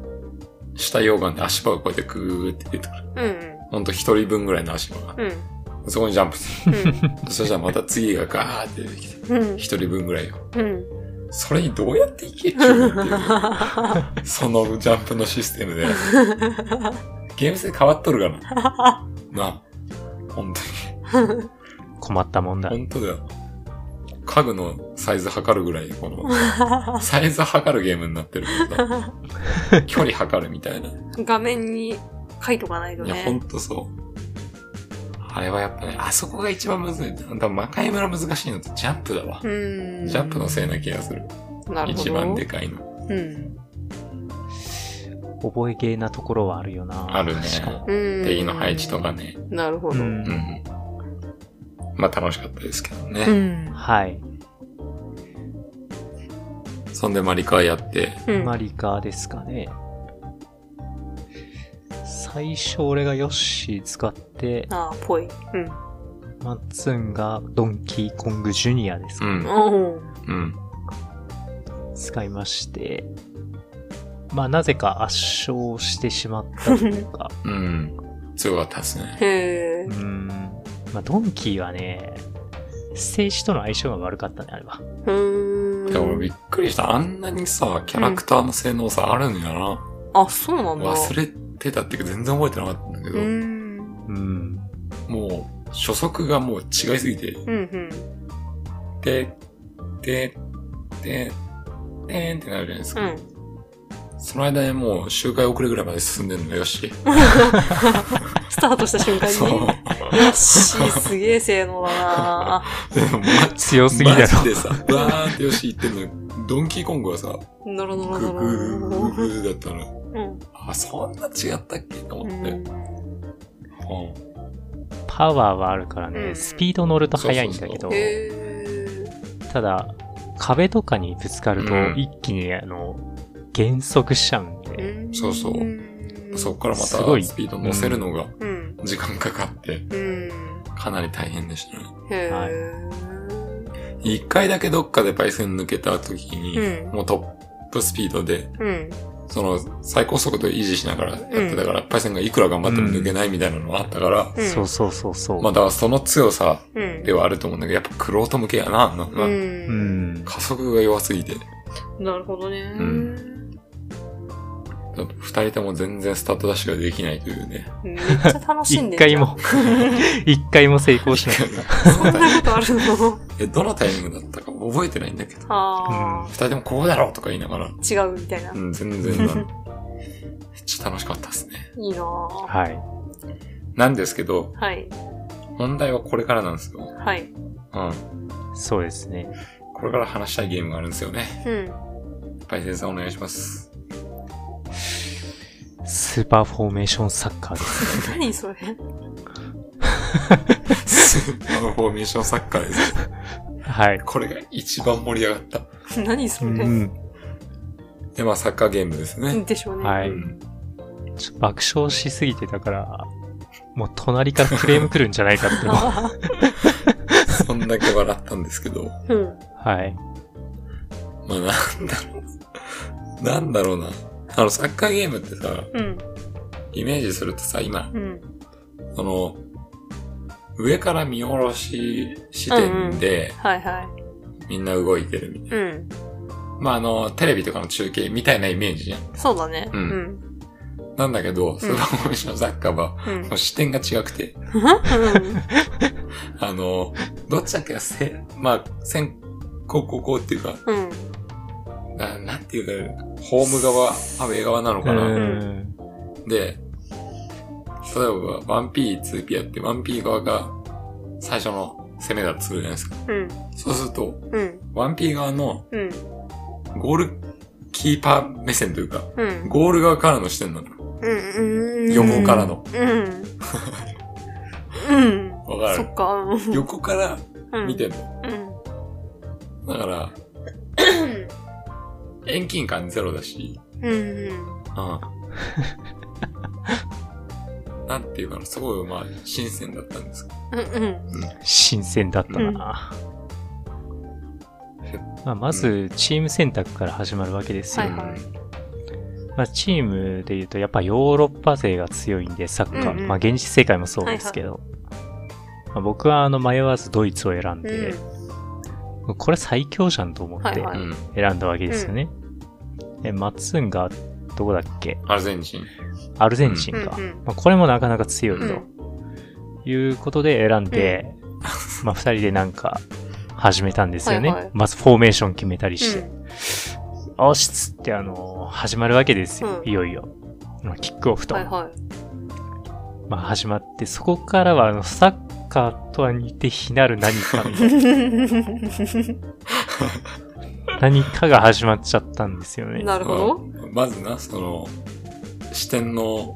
下溶岩で足場がこうやってグーって出てくる。うん。ほんと一人分ぐらいの足場が。うん。そこにジャンプすうん。うん。る。そしたらまた次がガーって出てきて、うん。一人分ぐらいよ。うん。それにどうやっていけるのっていう。そのジャンプのシステムで。ゲーム性変わっとるかな。なあ。ほんと困ったもんだに。。ほんとだよ。家具のサイズ測るぐらい、この、サイズ測るゲームになってるからさ距離測るみたいな。い画面に書いとかないとや、ほんね。とそう。あれはやっぱね、あそこが一番むずい。多分魔界村難しいのってジャンプだわう。ん。ジャンプのせいな気がする。なるほど。一番でかいの。うん。覚えゲーなところはあるよな。あるねしかも。うん。ペイの配置とか。ね。なるほう。ど。うんん。まあ楽しかったですけどうね。ん。はい。そんでマリカーやって、うん。マリカですかね。最初俺がヨッシー使って、ああ、ぽい。うん。マッツンがドンキーコングジュニアですうか、ん、おーうん、使いまして、まあなぜか圧勝してしまったという [laughs] か、うん。強かったですね。へえう。ーん、まあドンキーはね、政治との相性が悪かったね、あれは。うでー俺ん。びっくりした。あんなにさ、キャラクターの性能さあるんやな。あ、そうなんだ。忘れてたっていうか全然覚えてなかったんだけうど、ーん。うん。もう初速がもう違いすぎて、うんうん。で、で、で、でーんってなるじゃないですうか。ん。その間にもう周回遅れぐらいまで進んでんのよし。スタートした瞬間そう。に。よし、すげえ性能だなでもマ強すぎだマジろ。でさ、バーンってよし行ってんのにドンキーコングはさ、ノロノグローノグローノグローグーだったの。うん。あ、そんな違ったっけとう思って。ん。うパワーはあるからうね、んスピード乗ると速いんだけそど、うへーただ、壁とかにぶつかるとうん一気にあの、減速しちゃうんうで、ん。そうそうんんそっからますたごいスピード乗せるのがうん。時間かかって、うん。かなり大変でしたね。へはー一回だけどっかでパイセン抜けた時に、うんもうトップスピードで、うん。その最高速度維持しながらやってたから、パイセンがいくら頑張っても抜けないみたいなのがあったから、うんそうそうそうそう。まあだからその強さうん。ではあると思うんだけど、やっぱクロート向けやな、あのう。うんん。加速が弱すぎて。なるほどね。ん二人とも全然スタートダッシュができないというね。めっちゃ楽しんでん一じゃん [laughs] 回。も、一回も成功し [laughs] なかっそんなことあるのえ、どのタイミングだったか覚えてないんだけど。あ二人ともこうだろうとか言いながら、あ、違うみたいなう。ん、全然な。めっ [laughs] ちゃ楽しかったですね。いいなた。ぁ。はい。なんですけど、はい。問題はこれからなんですよ。はい。うん。そうですね。これから話したいゲームがあるんですよね。うん。パイセンさんお願いします。スーパーフォーメーションサッカーです。何それ [laughs] スーパーフォーメーションサッカーです。はい。これが一番盛り上がった。何そうれん。で、まあサッカーゲームですね。でしょうね。はうい。ん。ちょっと爆笑しすぎてたから、もう隣からクレーム来るんじゃないかって思 [laughs] う。あそんだけ笑ったんですけど。ーうん。はい。まあなんだろう。なんだろうな。あの、サッカーゲームってさ、うん。イメージするとさ、今、うん。その、上から見下ろし視点ではいはみんな動いてるみたいい。うん。な。まあ、あの、テレビとかの中継みたいなイメージじゃん。そうだね。ううんん。なんだけど、スーパーフォーメーションサッカーは、うん。もう視点が違くて、あの、どっちだっけせ、まあ、先、こう、こう、こうっていうか、うん。うんななんていうか、ホーム側、アウェー側なのかな。うん。で、例えば 1P、2P やって、1P 側が最初の攻めだとするじゃないですか。うん。そうすると、うん。 1P 側のうん。ゴールキーパー目線というか、うん。ゴール側からの視点なの。うん。うん。横からの。うん。うん。わかそるっか。うん横からうん。見てんの。うん。だから、遠近感ゼロだし、うん。うん。うん。 [laughs] なんていうかな、すごいまあ、新鮮だったんですけど。うん。新鮮だったな。まあ、まず、チーム選択から始まるわけですよ。はいはいまあ、チームで言うと、やっぱヨーロッパ勢が強いんで、サッカー。うんうんまあ、現実世界もそうですけど。まあ、僕は、あの、迷わずドイツを選んうん。で、これ最強じゃんと思ってうはいん。選んだわけですよね。え、マッツンが、どこだっけアルゼンチン。アルゼンチンか。うんうんまあ、これもなかなか強いと。うんいうことで選んで、まあ二人でなんか始めたんですよね。はいはいまずフォーメーション決めたりして。うよしっつってあの、始まるわけですよ。うんいよいよ。まあ、キックオフと。んはいはい。まあ始まって、そこからはあの、サッカーとは似て非なる何 [laughs] かみたいな何かが始まっちゃったんですよね。なるほど。まあまずな、その、視点の、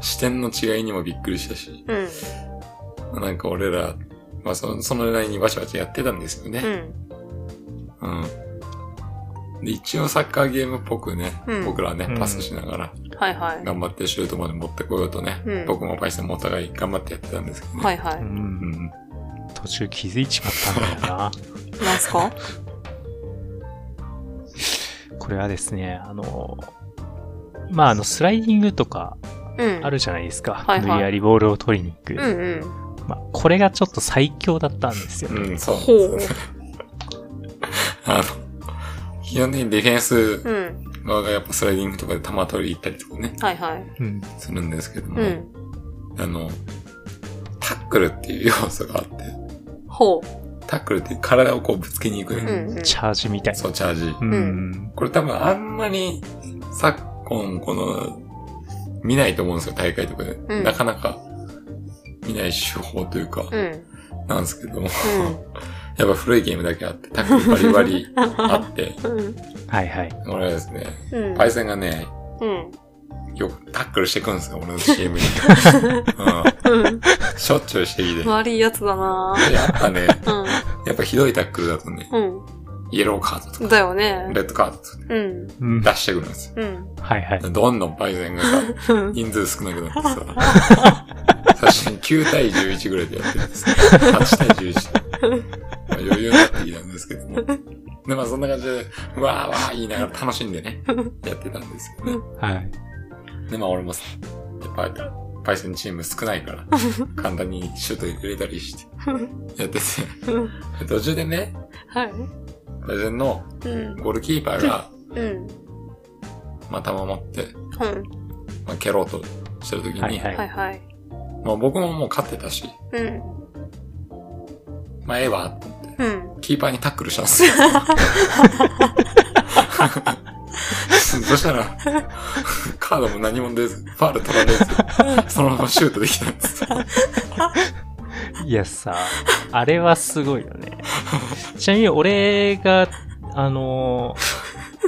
視点の違いにもびっくりしたし、うん。なんか俺ら、まあその、そのラインにバチバチやってたんですようね。ん。うん。で、一応サッカーゲームっぽくね、うん僕らはねう、んパスしながら、はいはい。頑張ってシュートまで持ってこようとね、うん僕もパイセンもお互い頑張ってやってたんですけどね。はいはう。い。うんん。途中気づいちまったんだよな。なんすかこれはですね、あの、まあ、あの、スライディングとかうん。あるじゃないですか。はいはい無理やりボールを取りに行く。うんうん。まあ、これがちょっと最強だったんですよ。うん、そう。ほう。あの、非常にディフェンスうん。側がやっぱスライディングとかで球取り行ったりとかね、はいはい。うん。するんですけども、うん。あの、タックルっていう要素があって、ほタックルって体をこうぶつけに行くね。んうんチャージみたいな。そう、チャージ。うんん。これ多分あんまり昨今この、見ないと思うんですよ、大会とかで。んなかなか見ない手法というか、う。うん。うん。なんですけども、やっぱ古いゲームだけあって、タックルバリバリあ [laughs] って、うん。はいはい。俺はですね、うん。パイセンがね、うん。よくタックルしてくんですよ、俺の CM に。うん。うん。しょっちゅうしてきて。悪いやつだなでやっぱね、ぁ。やっぱひどいタックルだとね、うん。イエローカードうとん。か、だよね。レッドカードとかねうん。うん。出してくるんですよ。うん。はいはい。どんどんパイセンがさ、うん。人数少なくなってさ、最初に9対11ぐらいでやってるんですね。8対11。まあ、余裕になってきたんですけども。で、まあそんな感じで、わーわー言いながら楽しんでね、やってたんですよね。はい。で、まあ俺もさ、やっぱ、パイセンチーム少ない [laughs] から、簡単にシュート入れたりして、やってて、途中でね、はい。パイセンのうん。ゴールキーパーが、うん。まあ球持って、うん。まあ蹴ろうとしてる時に、はいはいはいはい。まあ僕ももう勝ってたし、うん。まあええわ、と思って。うん。キーパーにタックルしたん [laughs] ですよ。そしたら、カードも何も出ず、ファール取られず、そのままシュートできたんですよ。いやさ、あれはすごいよね。ちなみに俺が、あの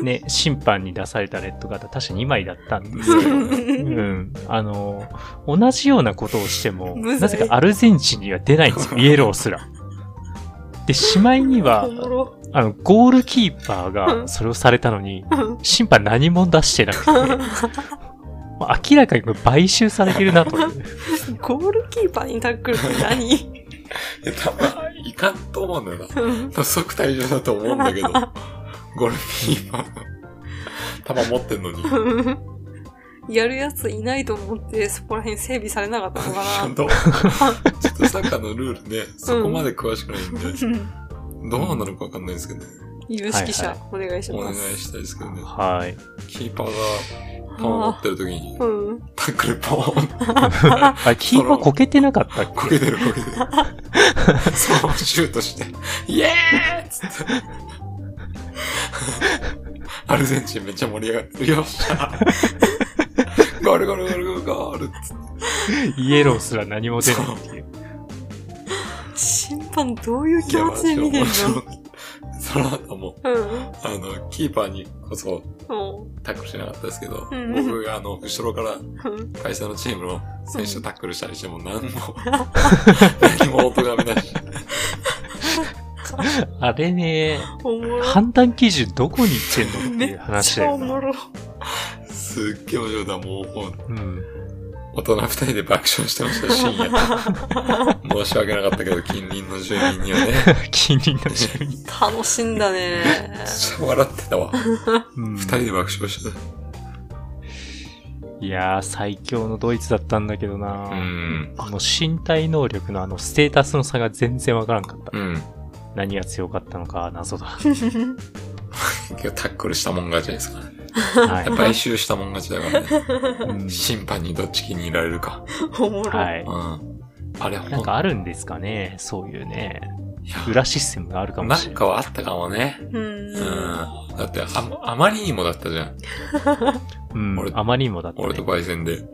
ーね、審判に出されたレッドカード、確か2枚だったんですけど、うん。あのー同じようなことをしても、無罪なぜかアルゼンチンには出ない [laughs] んですよ、イエローすら。で、しまいにはお、もろ。あの、ゴールキーパーがそれをされたのに、審判何も出して [laughs] なくて、もう明らかにこれ買収されてるなと。ゴールキーパーにタックルって何いや、多分、いかんと思うんだよな。多分即退場だと思うんだけど、ゴルフィーパーの球持ってんのに、ちやるやついないと思って、そこら辺整備されなかったのゃんかと、ちょっとサッカーのルールね、そこまで詳しくないんで、な。どうなのかわかんないですけど、有識者、お願いしお願まいす。したいですけどね。はい。キーパーがパンを持ってる時に、うん。タックルポーンあ、キーパーこけてなかったっこけてるこけてる。そのままシュートして、イエーイっつって。アルゼンチンめっちゃ盛り上がってる。よっしゃゴールゴールゴールゴールっつっけイエローすら何も出ないっていう。審判どういうて。気持ちで見てんのいやまあちょっとその後も、うん。あの、キーパーにこそもタックルしなかったですけど、うん僕があの、後ろからううん。会社のチームの選手をタックルしたりしても何も、 [laughs] 何も音が見ないし。あれね、おもろ。判断基準どこに行ってんのっめていうっち話だゃおよもな。ろ。すっげえ面白いな、もうもううん。 [laughs] 大人二人で爆笑してました、深夜。申し訳なかったけど、近隣の住民にはね、めっ気になるし。楽しんだね。ちゃ笑ってたわ。うん二人で爆笑していやー、最強のドイツだったんだけどた。なう、ん。もう身体能力のあのステータスの差が全然わからんかった。うん。何が強かったのか謎 [laughs] だ。結局タックルしたもん勝ちですからね。はい。買収したもん勝ちだからね。うん審判にどっち気に入られるか。おもろ。はい。うん。あれほんなんかあるんですかねそういうね。いや裏システムがあるかもなしれんない。かはあったかもね。ううん。ん。だってあ、あまりにもだったじゃん。うん俺。あまりにもだった、俺とね。焙煎で。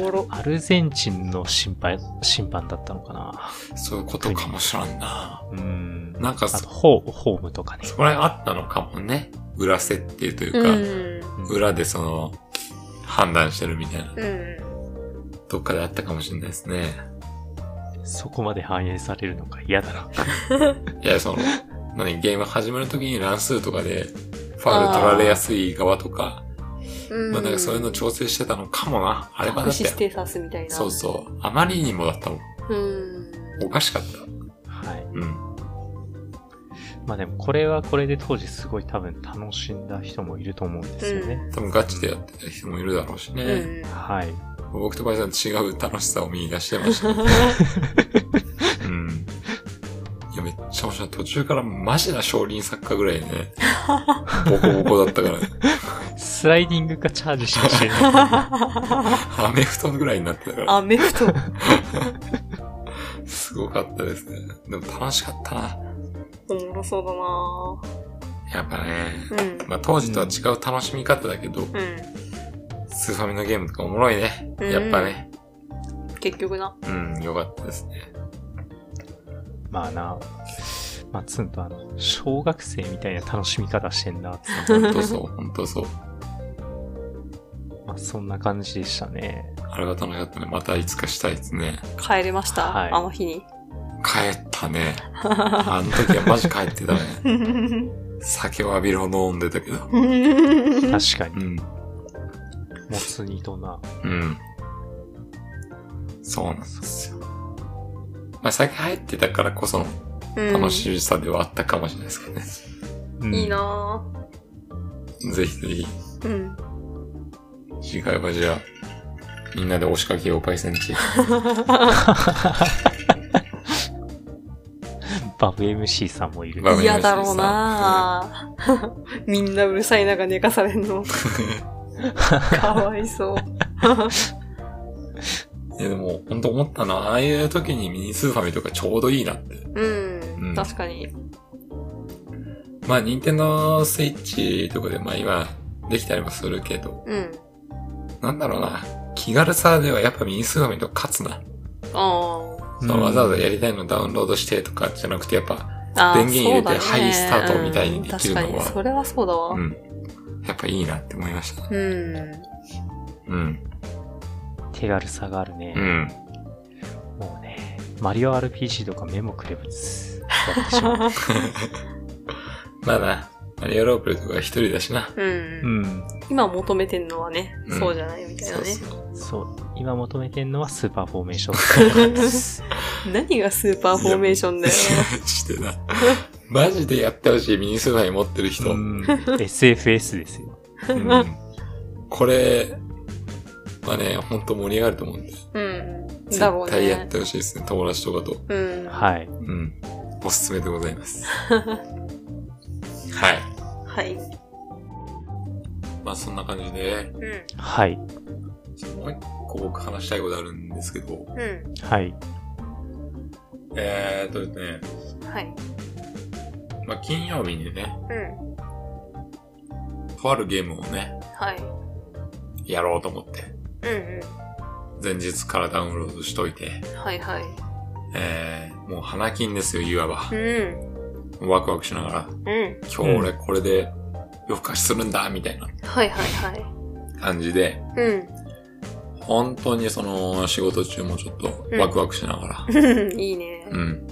おもろ。アルゼンチンの審判、審判だったのかなそういうことかもしらんな。うん。なんかあそと、ホーホームとかね。そこら辺あったのかもね。裏設定といううか。ん。う裏でその、判断してるみたいな、うん。どっかであったかもしれないですね。そこまで反映されるのか嫌だな。いや、 [laughs] その、何、ゲーム始まるときに乱数とかで、ファウル取られやすい側とか、うん。まあなんかそういうの調整してたのかもな。あれはだ隠っしスて、テータスみたいな。そうそう。あまりにもだったもん。う。うん。おかしかった。はい。うん。まあでもこれはこれで当時すごい多分楽しんだ人もいると思うんですよね。多分ガチでやってた人もいるだろうしうね。ん。はい。僕とバイさん違う楽しさを見出してま [laughs] した。うん。いや、めっちゃ面白い。途中からマジな少林作家ぐらいね、ボコボコだったからね。スライディングかチャージしかし [laughs] てない。アメフトぐらいになってたから、アメフト。すごかったですね。でも楽しかったな。おもろそうやっぱね、だなうん。まあ当時とは違う楽しみ方だけど、うスーファミのゲームとかおもろいね。うんやっぱね。ん。結局な。うん、よかったですね。まあな。まあ、つんとあの、小学生みたいな楽しみ方してんなって [laughs] 思ほんうとそう、ほんとそう。まあ、そんな感じでしたね。あれは楽しかったね。またいつかしたいですね。帰れました、はいあの日に。帰ったね。あの時はマジ帰ってたね。確酒はビロの飲んでたけど。確かにう。ん。もつ煮とな。うん。そうなんですよ。まあ酒入ってたからこその楽しさではあったかもしれないですけどね。うんいいなぁぜひぜひ、うん。次回はじゃあ、みんなで押しかけよう、パイセンチ。バブ MC さんもいる。バブ嫌だろうなぁみんなうるさい中寝かされん [laughs] の。かわいそう。いやでも、ほんと思ったのは、ああいう時にミニスーファミとかちょうどいいなって。うん。うん確かに。まあ、ニンテンドースイッチとかで、まあ今、できたりもするけど、うん。なんだろうな。気軽さではやっぱミニスーファミと勝つな。あそのわざわざやりたいのダウンロードしてとかじゃなくて、やっぱ、ーあー。電源入れてそうだねはいスタートみたいにできるのはうん確かに、それはそうだわ。ううん。ん。やっぱいいなって思いましたね。うん。手軽さがあるうね。ん。もうね、マリオ RPG とか目もくればつ、やってしまう。まあな、マリオロープルとか一人だしな。う。うんん。今求めてんのはね、うんそうじゃないみたいなね。う。そう。今求めてんのはスーパーフォーメーションです。何がスーパーフォーメーションだよ。マジでな。 [laughs] マジでやってほしいミニスーファミ持ってる人。うん SFS ですよ。うんこれ、まあね、ほんと盛り上がると思うんで。うん。だろ絶う対やっね。てほしいですね、友達とかと。うん。はい。うん。おすすめでございます。はい。 [laughs] はい。まあそんな感じで、うん。はい。もう一個僕話したいことあるんですけど、うはい。えーっとですね、ん。はい。まあ金曜日にね、うん。とあるゲームをね、はい。やろうと思って、うん前日からダウンロードしといて、うん。はいはい。えー、もう花金ですよ、いわばう。ん。ワクワクしながら、うん。今日俺これで夜更かしするんだ、みたいなはいはいはい。感じで、う本当にその仕事中もちょっとワクワクしながら、ん。 [laughs] いいねう。ん。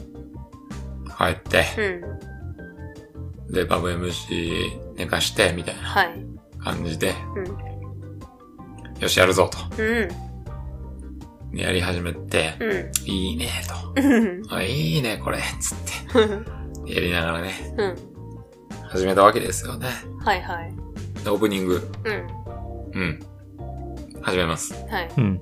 帰って、うん。で、バブ MC 寝かして、みたいなはい。感じで、うん。よし、やるぞ、と。うん。やり始めて、うん。いいね、うん。と。あいいね、これ、つっうん。て。やりながらね、うん。始めたわけですよね。はいはい。でオープニング、うん。うん。始めます。はい。うん。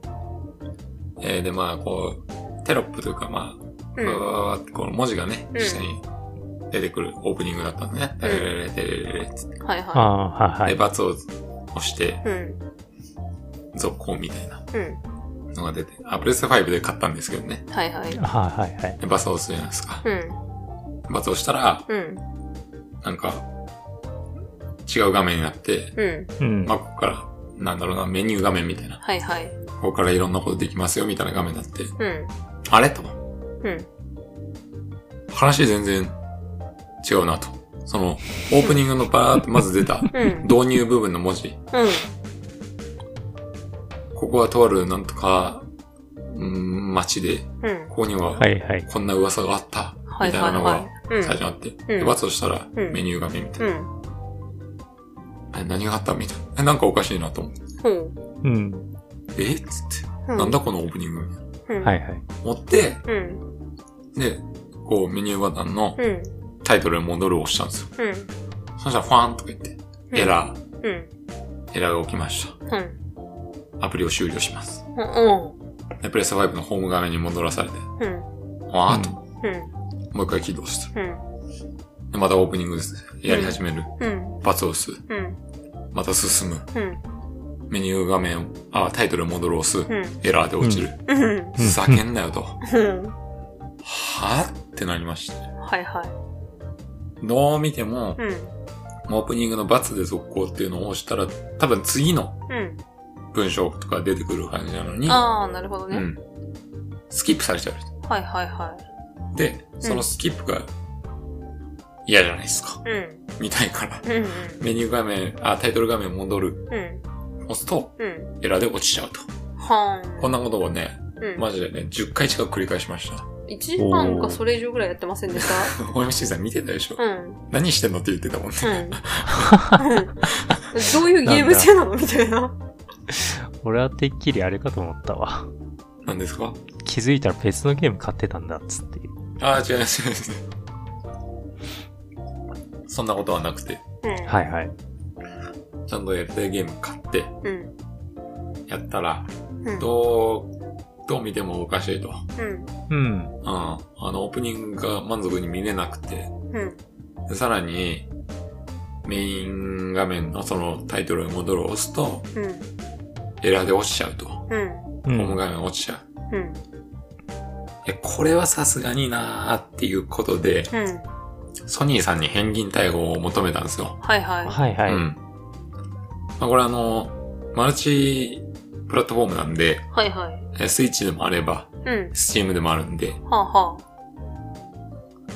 えー、で、まあ、こう、テロップというか、まあ、うわわん。わわってこの文字がね、うん下に出てくるオープニングだったんでね。テレレレテレレレっつって。はいあはあ、はいで、は罰を押して、い。うん。続行みたいなうん。のが出て。あ、プレステ5で買ったんですけどね。はいはいい。。はいはいはい。で、罰を押すじゃないですか。うん。罰を押したら、うん。なんか、違う画面になって、うん。うん。まあ、ここから、なんだろうな、メニュー画面みたいな。はいはい。ここからいろんなことできますよ、みたいな画面になって。うん。あれと。うん。話全然違うなと。その、オープニングのパーってまず出 [laughs] た、うん。導入部分の文字。うん。ここはとあるなんとか、うん、街で、うん。ここにははいはい。こんな噂があった、はいみたいはないのはがい。う最ん。初あって、うでんバツをしたらうんメニュー画面みたいな。うん。え何があったみたいな。え、なんかおかしいなと思って。ほう。うん。えっつって、うなんだこのオープニングみたいな。うん。はいはい。持って、うん。で、こうメニューボタンのうん。タイトルに戻るを押したんですよ。うん。そしたらファーンとか言って、エラー、ー。うん。エラーが起きました。うん。アプリを終了します。うん。で、プレステ5のホーム画面に戻らされて、うん。わーっと、ううん。もう一回起動した。うん。で、またオープニングですね。やり始める。うん。バツを押す。うん。また進む。うん。メニュー画面を、あ、タイトルを戻るを押す。うん。エラーで落ちる。うん。ふざけんなよと。はうん。ぁってなりました。はいはい。どう見ても、うん。オープニングのバツで続行っていうのを押したら、多分次のうん。文章とか出てくる感じなのに、ああ、なるほどうね。ん。スキップされちゃう。はいはいはで、そのスキップが嫌じゃないですか。い。うん。見たいから。うん。メニュー画面、あ、タイトル画面戻る。うん。押すと、うん。エラーで落ちちゃうと。はこんなーん。ことをね、うん。マジでね、10回近く繰り返しました。 1時間かそれ以上ぐらいやってませんでししいさん見てたでしょたうん。何してんのって言ってたもんね。うん。どういうゲーム性なのみたいな。俺はてっきりあれかと思ったわ。 [laughs] 何ですか気づいたら別のゲーム買ってたんだっつっていう。ああ、違います、違います。そんなことはなくて、うん。。はいいはい。ちゃんとやりたいゲーム買って、うん。やったら、うん。どう、どう見てもおかしいと。うん。うん。うん。あの、オープニングが満足に見れなくて、うん。でさらに、メイン画面のそのタイトルに戻るを押すと、うん。エラーで落ちちゃうと。ホうん。うームん。画面落ちちゃう。うん。いや、これはさすがになーっていうことで、うん。ソニーさんに返金対応を求めたんですよ。はいははいはい。うん。まあ、これあの、マルチプラットフォームなんで、い。はいはい。えスイッチでもあれば、うん。スチームでもあるんで、はあは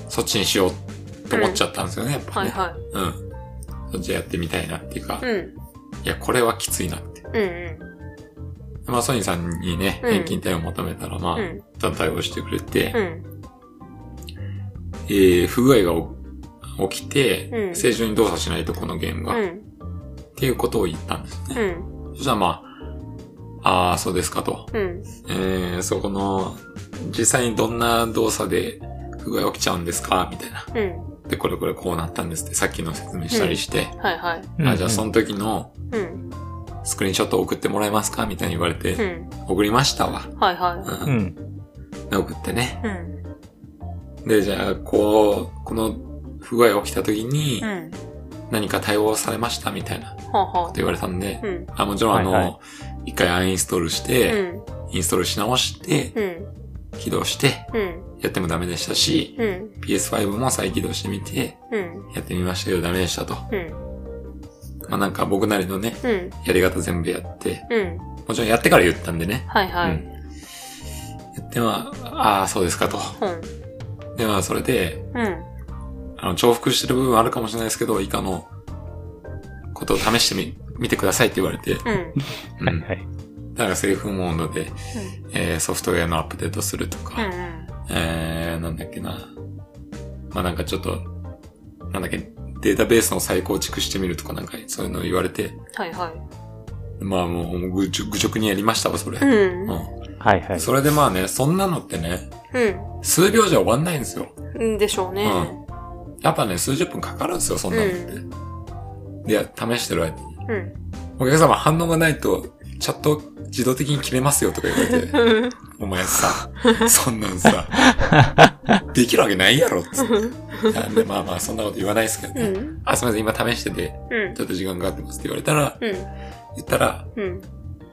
そっちにしようと思っちゃったんですよね、やっあ。ぱはいね。はうん。そっちやってみたいなっていうか、い。いうん。や、これはきついなって。うんうん。まあ、ソニーさんにね、うん返金対応を求めたら、まあ、うん。ちゃんと対応してくれて、うん。えー、不具合が起きて、うん正常に動作しないと、このゲームが、うっん。ていうことを言ったんですね。うん。そしたらまあ、ああー、そうですかと。うん。えー、そこの、実際にどんな動作で不具合起きちゃうんですかみたいな。うん。で、これこれこうなったんですって、さっきの説明したりして、はいはい。うんあじゃあその時のうん。スクリーンショット送ってもらえますかみたいに言われて、うん。送りましたわ。はいはううんん。で、送ってね。い。うん。で、じゃあ、こう、この不具合起きた時にう、ん。何か対応されましたみたいなことはあは言われたんであ。、うん。あ、もちろんあの、一、は回いはアンインストールしうて、ん。インストールし直して、うん。起動して、うん。やってもダメでしたし、うん。 PS5 も再起動してみて、うん。やってみましたけどダメでしたと。まうん。あなんか僕なりのね、うん。やり方全部やって、うん。もちろんやってから言ったんでね。はいはうい。ん。やってまあ、ああ、そうですかと。うん。でまあそれで、うん。あの、重複してる部分あるかもしれないですけど、以下のことを試してみ、見てくださいって言われて、うん。うはいん。はい。だからセーフモードで、えーソフトウェアのアップデートするとうか、ん。えー、なんだっけな。まあなんかちょっと、なんだっけ、データベースの再構築してみるとかなんかそういうのを言われて、はいはまあもう愚直愚直にやりましたわ、それ。い。うん。うはいはいん。。それでまあね、そんなのってね、う数秒じゃ終わんないんですよ。ん。でしょうね。やっぱね、数十分かかるんですよ、そんなのって。で、試してる間に。うん。お客様反応がないと、チャット自動的に切れますよとか言われて、うん。お前 [laughs] さ、そんなんさ、できるわけないやろっつって。 [laughs] なんでまあまあ、そんなこと言わないですけどうね。ん。あ、すみません、今試してて、うんち。ょっと時間かかってますって言われたら、うん。言ったら、うん。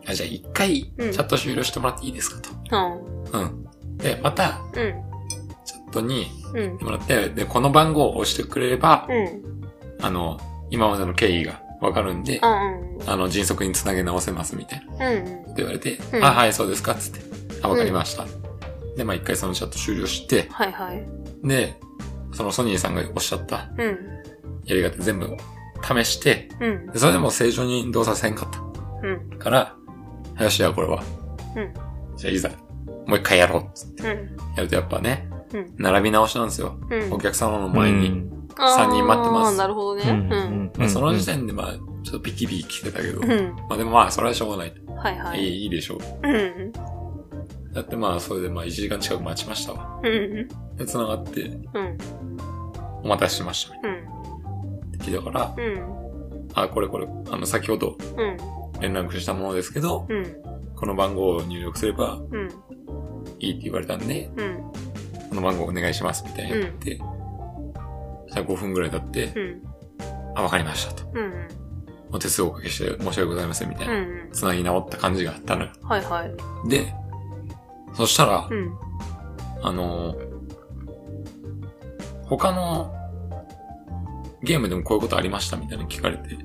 あじゃあ一回、チうャんット終了してもらっていいですかうん。と。うん。で、また、うん。チャットにうん。もらって、で、この番号を押してくれれば、うん。あの、今までの経緯がわかるんで、うん。あの、迅速につなげ直せますみたいなこうん。と言われて、うんあ、はい、そうですか、つって。あ、わかりました。で、まあ一回そのチャット終了して、はいはい。で、そのソニーさんがおっしゃった、うん。やり方全部試して、うん。それでも正常に動作せんかった。うん。から、よし、やこれは。うんじゃあ、いざ、もう一回やろうっつってうん。やるとやっぱね、うん並び直しなんですよ。うん。お客様の前に。うん三人待ってますあーなるほどね。ううんん。まあ、その時点でまあ、ちょっとビキビキしてたけど、うまん。あでもまあ、それはしょうがない。はいはいい、い。いいでしょう。うん。だってまあ、それでまあ、1時間近く待ちましたわ。うん。で、繋がって、うん。お待たせしました。うん。って聞いたから、うん。あ、これこれ、あの、先ほどうん。連絡したものですけど、うん。この番号を入力すればうん。いいって言われたんで、うん。この番号お願いします、みたいになって、そしたら5分ぐらい経って、うん。あ、わかりましたと。うん。お手数をおかけして申し訳ございません、みたいな。うん。つなぎ直った感じがあったのよ。はいはい。で、そしたら、うん。あのー、他のゲームでもこういうことありましたみたいなの聞かれて、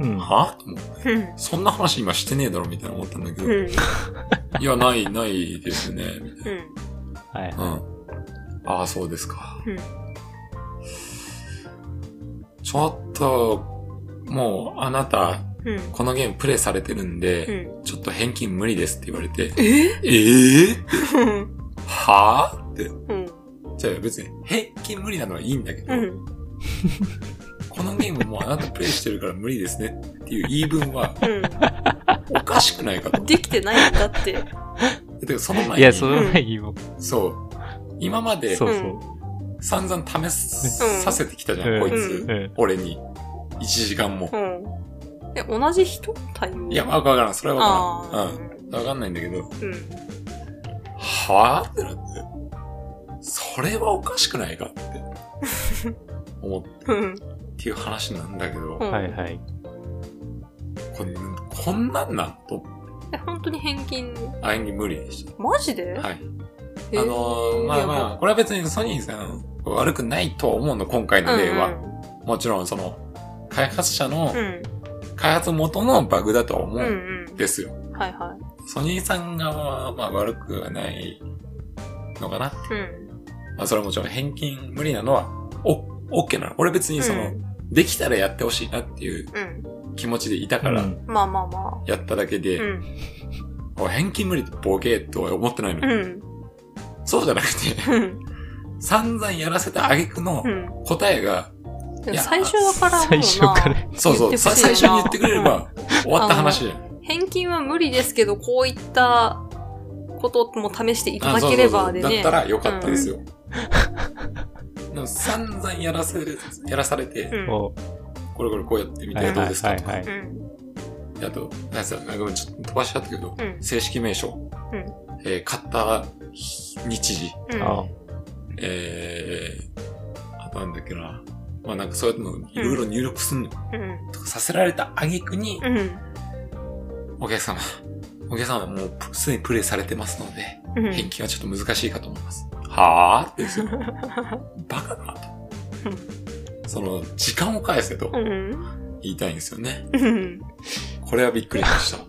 うん。うんはぁと思ってうん。そんな話今してねえだろみたいな思ったんだけど、ういん。や、ない、ないですね。みたいうん。はいなうん。ああ、そうですか。うんちょっと、もう、あなた、うん。このゲームプレイされてるんうで、ん。ちょっと返金無理ですって言われて、えええうん。はぁって。うん。じゃあ別に、返金無理なのはいいんだけど、うん。このゲームもうあなたプレイしてるから無理ですねっていう言い分はうおかしくないかと。ん。できてないんだって。だからその前に、いや、その前にも、そう。今までそううそう。散々試うんさせてきたじゃん、うんこいつ。うん。うん俺に。1時間もう。ん。え、同じ人対応いや、わからん。それはわからあん。うん。わかんないんだけど、ー。うん。はぁってなって。それはおかしくない [laughs] かって思っうん。ていう話なんだけど、うんはいはい。こんこんなんなんと、え、本当に返金、あいに無理でした。マジではい。えーあのーまあまあ、これは別にソニーさん悪くないとは思うの、今回の例は。もちろんその、開発者のう、ん。開発元のバグだとは思う。うんうんん。うん。ですよ。はいはソニーさん側は、まあ悪くはないのかな。い。うん。まあそれはもちろん返金無理なのは、お、OK なの。俺別にその、うんできたらやってほしいなっていううん。気持ちでいたからう、んまあまあまやっただけあ。うで、ん。お返金無理ってボケーとは思ってないのうよ。ん。そうじゃなくて、うん。散々やらせた挙句のうん。答えが、いでもや最初はからもう最初かなら。そうそう、言ってさほしい最初にな言ってくれれば終わった話じゃん。返金は無理ですけど、こういったことも試していたあだそうそうそうければでだっねた。らよかったですよ。でも散々やらせる、やらされうて、ん。おこれこれこうやってみはいてどうはいですかはいとはかい。。うん。であと、なんすかごめん、ちょっと飛ばしちゃったけど、うん。正式名称うん、えー買った日時、うん。あえー、あとなんだっけな。まあなんかそういうのいろいろ入力すんのうん。とかさせられた挙句に、うん。お客様、お客様もうすでにプレイされてますので、うん。返金はちょっと難しいかと思います。はぁってですよ。 [laughs] バカかと。その、時間を返せとうん。言いたいんですよね。うん。これはびっくりしました。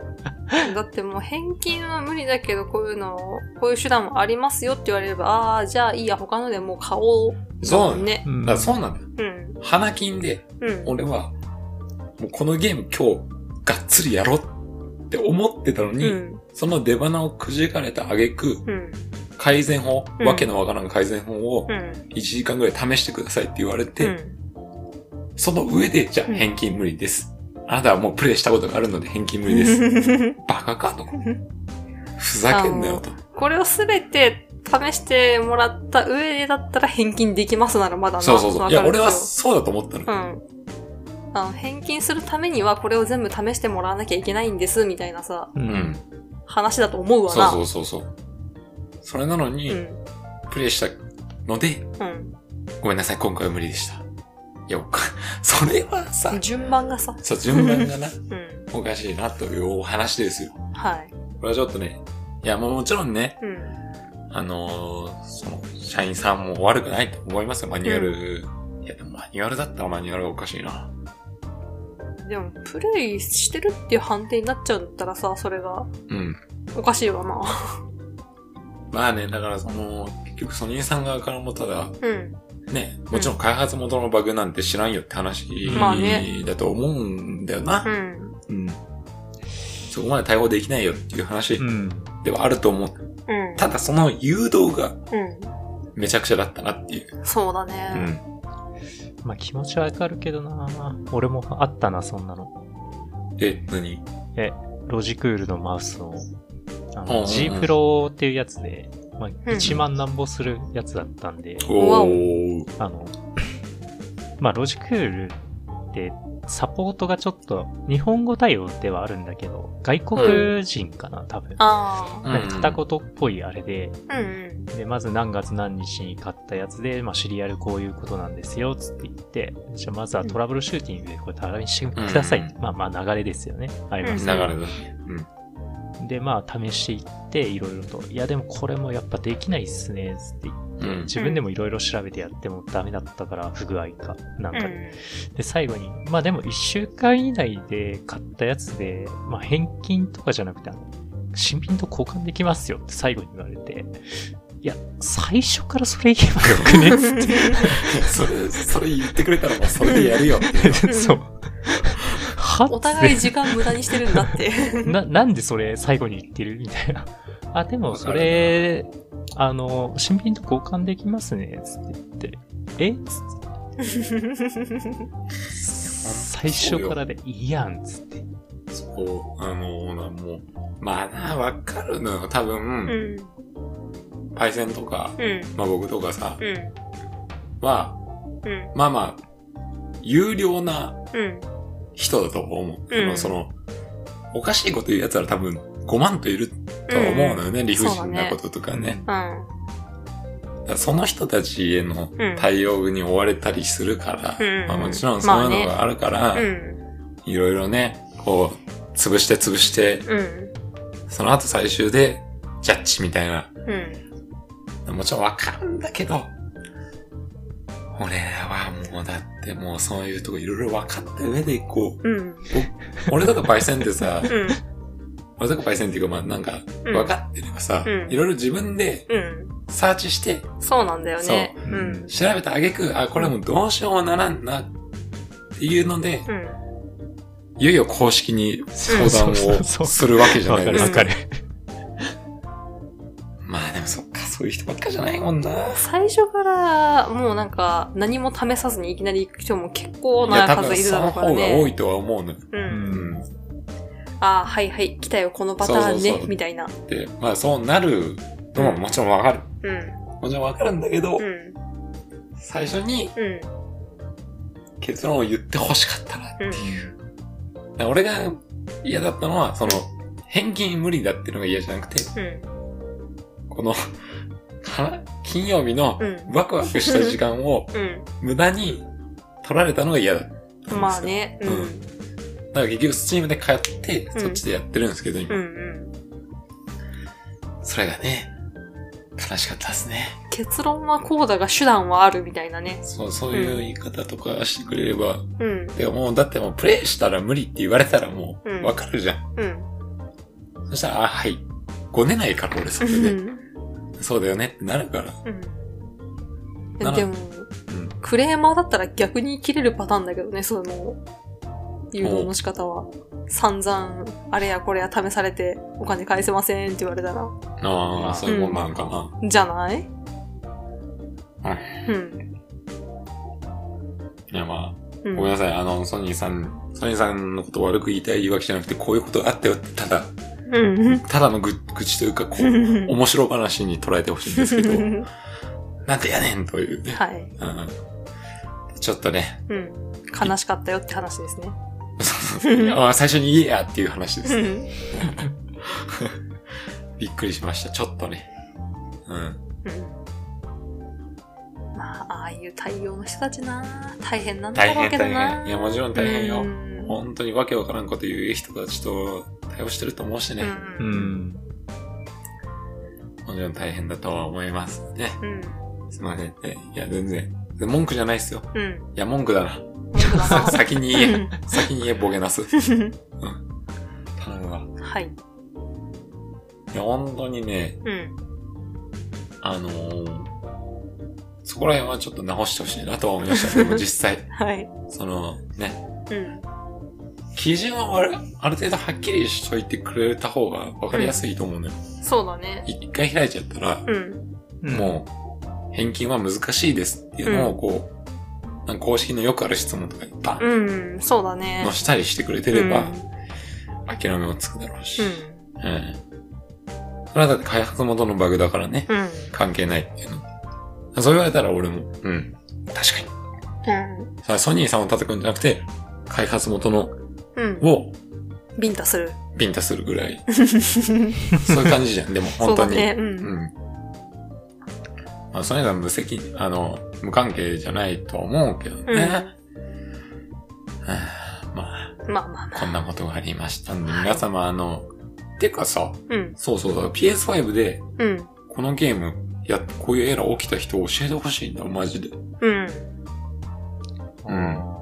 だってもう返金は無理だけど、こういうの、こういう手段もありますよって言われれば、ああー、じゃあいいや、他のでもう買おう。そうなんだよ。ね。だんからそうなんだよ。うん。花金で、うん。俺は、もうこのゲーム今日、がっつりやろうって思ってたのうに、ん。その出花をくじかれた挙句、うん。改善法、うんわけのわからん改善法をうん。 1時間ぐらい試してくださいって言われて、うんその上で、じゃあうん返金無理です。あなたはもうプレイしたことがあるので返金無理です。 [laughs] バカかと。ふざけんなよと。これをすべて試してもらった上でだったら返金できますならまだな。そうそうそう。わいや、かる俺けどはそうだと思ったの。うん。あの、返金するためにはこれを全部試してもらわなきゃいけないんです、みたいなさ、ううんん。話だと思うわそうな。そううそうそう。それなのに、ん。プレイしたので、うん。ごめんなさい、今回は無理でした。いや、おか、 [laughs] それはさ、順番がさ。そう、順番がな、うん。おかしいなというお話ですよ。はい。これはちょっとね、いや、もうもちろんね、うん。あのーその、社員さんも悪くないと思いますよ、マニュアル。いや、でもマニュアルだったらマニュアルがおかしいな。でも、プレイしてるっていう判定になっちゃうんだったらさ、それが、うん。おかしいわな。まあね、だからその、結局ソニーさん側からもただ、うん。ね、もちろん開発元のバグなんて知らんよって話まあねだと思うんだよな。うん。うん。そこまで対応できないよっていう話うん。ではあると思う。うん。ただその誘導がうめちゃくちゃだったなっていう。ん。そうだうね。ん。まあ気持ちはわかるけどな俺もあったな、そんなの。え、何え、ロジクールのマウスを、あうんうんうの、ん G プロっていうやつで、まあうん1万なんぼするやつだったんで、わおおー。あの、 [laughs] まあロジクールってサポートがちょっと日本語対応ではあるんだけど、外国人かな、多分。あうあ。んなんか片言っぽいあれで、うんうん。で、まず何月何日に買ったやつで、まあ、シリアルこういうことなんですよ、つって言って、じゃあまずはトラブルシューティングでこうやって洗いしてください。うまあまあ流れですよね。あります流れね。だね。で、まあ試していって、いろいろと。いや、でもこれもやっぱできないっすね、つって言って。うん。自分でもいろいろ調べてやってもダメだったから、不具合か、なんうかで。んで、最後に、まあでも1週間以内で買ったやつで、まあ返金とかじゃなくて、あの新品と交換できますよって最後に言われて、いや、最初からそれ言えばよくねっつっ [laughs] それ、それ言ってくれたらもうそれでやるよっていう。 [laughs] て。そう。はっお互い時間無駄にしてるんだって。な、なんでそれ最後に言ってるみたいな。 [laughs] あ、でもそれ、あの、新品と交換できますね、つって言って。えつって最初からでいいやん、つって。そう、あのな、もう、まあな、わかるのよ。多うん。分、うん。パイセンとか、うん。まあ僕とかさ、うん。は、うん。まあまあ、有料なうん。人だと思う。うんあのその、おかしいこと言う奴ら多分5万といると思うのよね。理不尽なこととかね。うだん。からその人たちへのうん対応に追われたりするから、うんまあもちろんそういうのまあがあるから、うん。いろいろね、こう、潰して潰して、うん。その後最終で、ジャッジみたいな。うん。もちろんわかるんだけど、俺はもうだってもうそういうとこいろいろ分かった上で [laughs] こう、うん。俺とかパイセンってさ、うん。俺とかパイセンっていうかまあなんか、うん分かってればさ、うんいろいろ自分でうん。サーチして、そうなんだよね。そううん。うん。調べた挙句、あ、これもうどうしようもならんな、っていうので、いよいよ公式に相談そうそうそをうするわけじゃわなかいでるすわか。かる。まあでもそっか、そういう人ばっかじゃないもんな。最初から、もうなんか、何も試さずにいきなり行く人も結構いやな多分数いるだろうからその方が多ね。いとは思うのよ。う。うんうん。ああ、はいはい、来たよ、このパターンそうそうねそ、うみたいな。で、まあそうなるのももちろんわかる。うん。もちろんわかるんだけどう、ん。最初にうん。結論を言って欲しかったなっていう。だから俺が嫌だったのは、その、返金無理だっていうのが嫌じゃなくて、うん。この、か金曜日のうんワクワクした時間をうん。無駄に取られたのが嫌だったんですよ。まあ。ね。うん。うんだから結局スチームで買って、うんそっちでやってるんですけど、今。うんうん。それがね、悲しかったですね。結論はこうだが手段はあるみたいなね。そう、そういう言い方とかしてくれれば、うん。でももうだってもうプレイしたら無理って言われたらもうんうわかるじゃん。うん。そしたら、あ、はい。ごねないから俺そうれで。ん。そうだよねってなるから。うんならでも、うんクレーマーだったら逆に切れるパターンだけどね、その、誘導の仕方は。散々、あれやこれや試されて、お金返せませんって言われたら、あまあ、あそういうもんなんかな。じゃないはいうん。いやまうあ、ん。ごめんなさい。あの、ソニーさん、ソニーさんのことを悪く言いたいわけじゃなくて、こういうことがあったよって、ただ、うん。ただの愚愚痴というか、こう、面白話に捉えてほしいんですけど、なんてやねんというね。 [laughs] はい。うんちょっとね、 [laughs] うん。悲しかったよって話ですね。いや最初に言えやっていう話ですうね。 [laughs] ん。びっくりしました。ちょっとね。うん。うんまあ、ああいう対応の人たちな、大変なん大だろう変けど大な。変。いや、もちろん大変よ。うん本当にわけわからんこと言う人たちと対応してると思うしね。ううん。ん。もちろん大変だとは思います。ね。うん。すいませんね。いや、全然。文句じゃないっすよ。うん。いや、文句だな。本当ださな先に言え。先に言え、ボケなす。 [laughs] う頼むわ。んはい。いや、本当にね、うん。あのーそこら辺はちょっと直してほしいなとは思いましたね。でも実際、はい。そのね、うん。基準はあるある程度はっきりしといてくれた方がわかりやすいと思うのよ。そうだね。一回開いちゃったら、うん。もう、返金は難しいですっていうのをこう、なんか公式のよくある質問とかにバンうん、そうだね。のしたりしてくれてうれん。ば、諦めもつくだろうし。うん。それはだって開発元のバグだからね、うん。関係ないっていうの。そう言われたら俺も、うん、確かに。うん。さあソニーさんを叩くんじゃなくて、開発元のうん。をビン [laughs] タする。ビンタするぐら [laughs] い。そそういう感じじゃん、でも本う当だに。ね。う。うんん。まあ、ソニーさん無責任、あの、無関係じゃないとは思うけどね。うんはあままあまあまあ、あ。こんなことがありましたんで、皆様あの、てかさ、うん。そうそうそう、PS5 でうん。このゲーム、や、こういうエラー起きた人を教えてほしいんだ、マジで。うん。うん。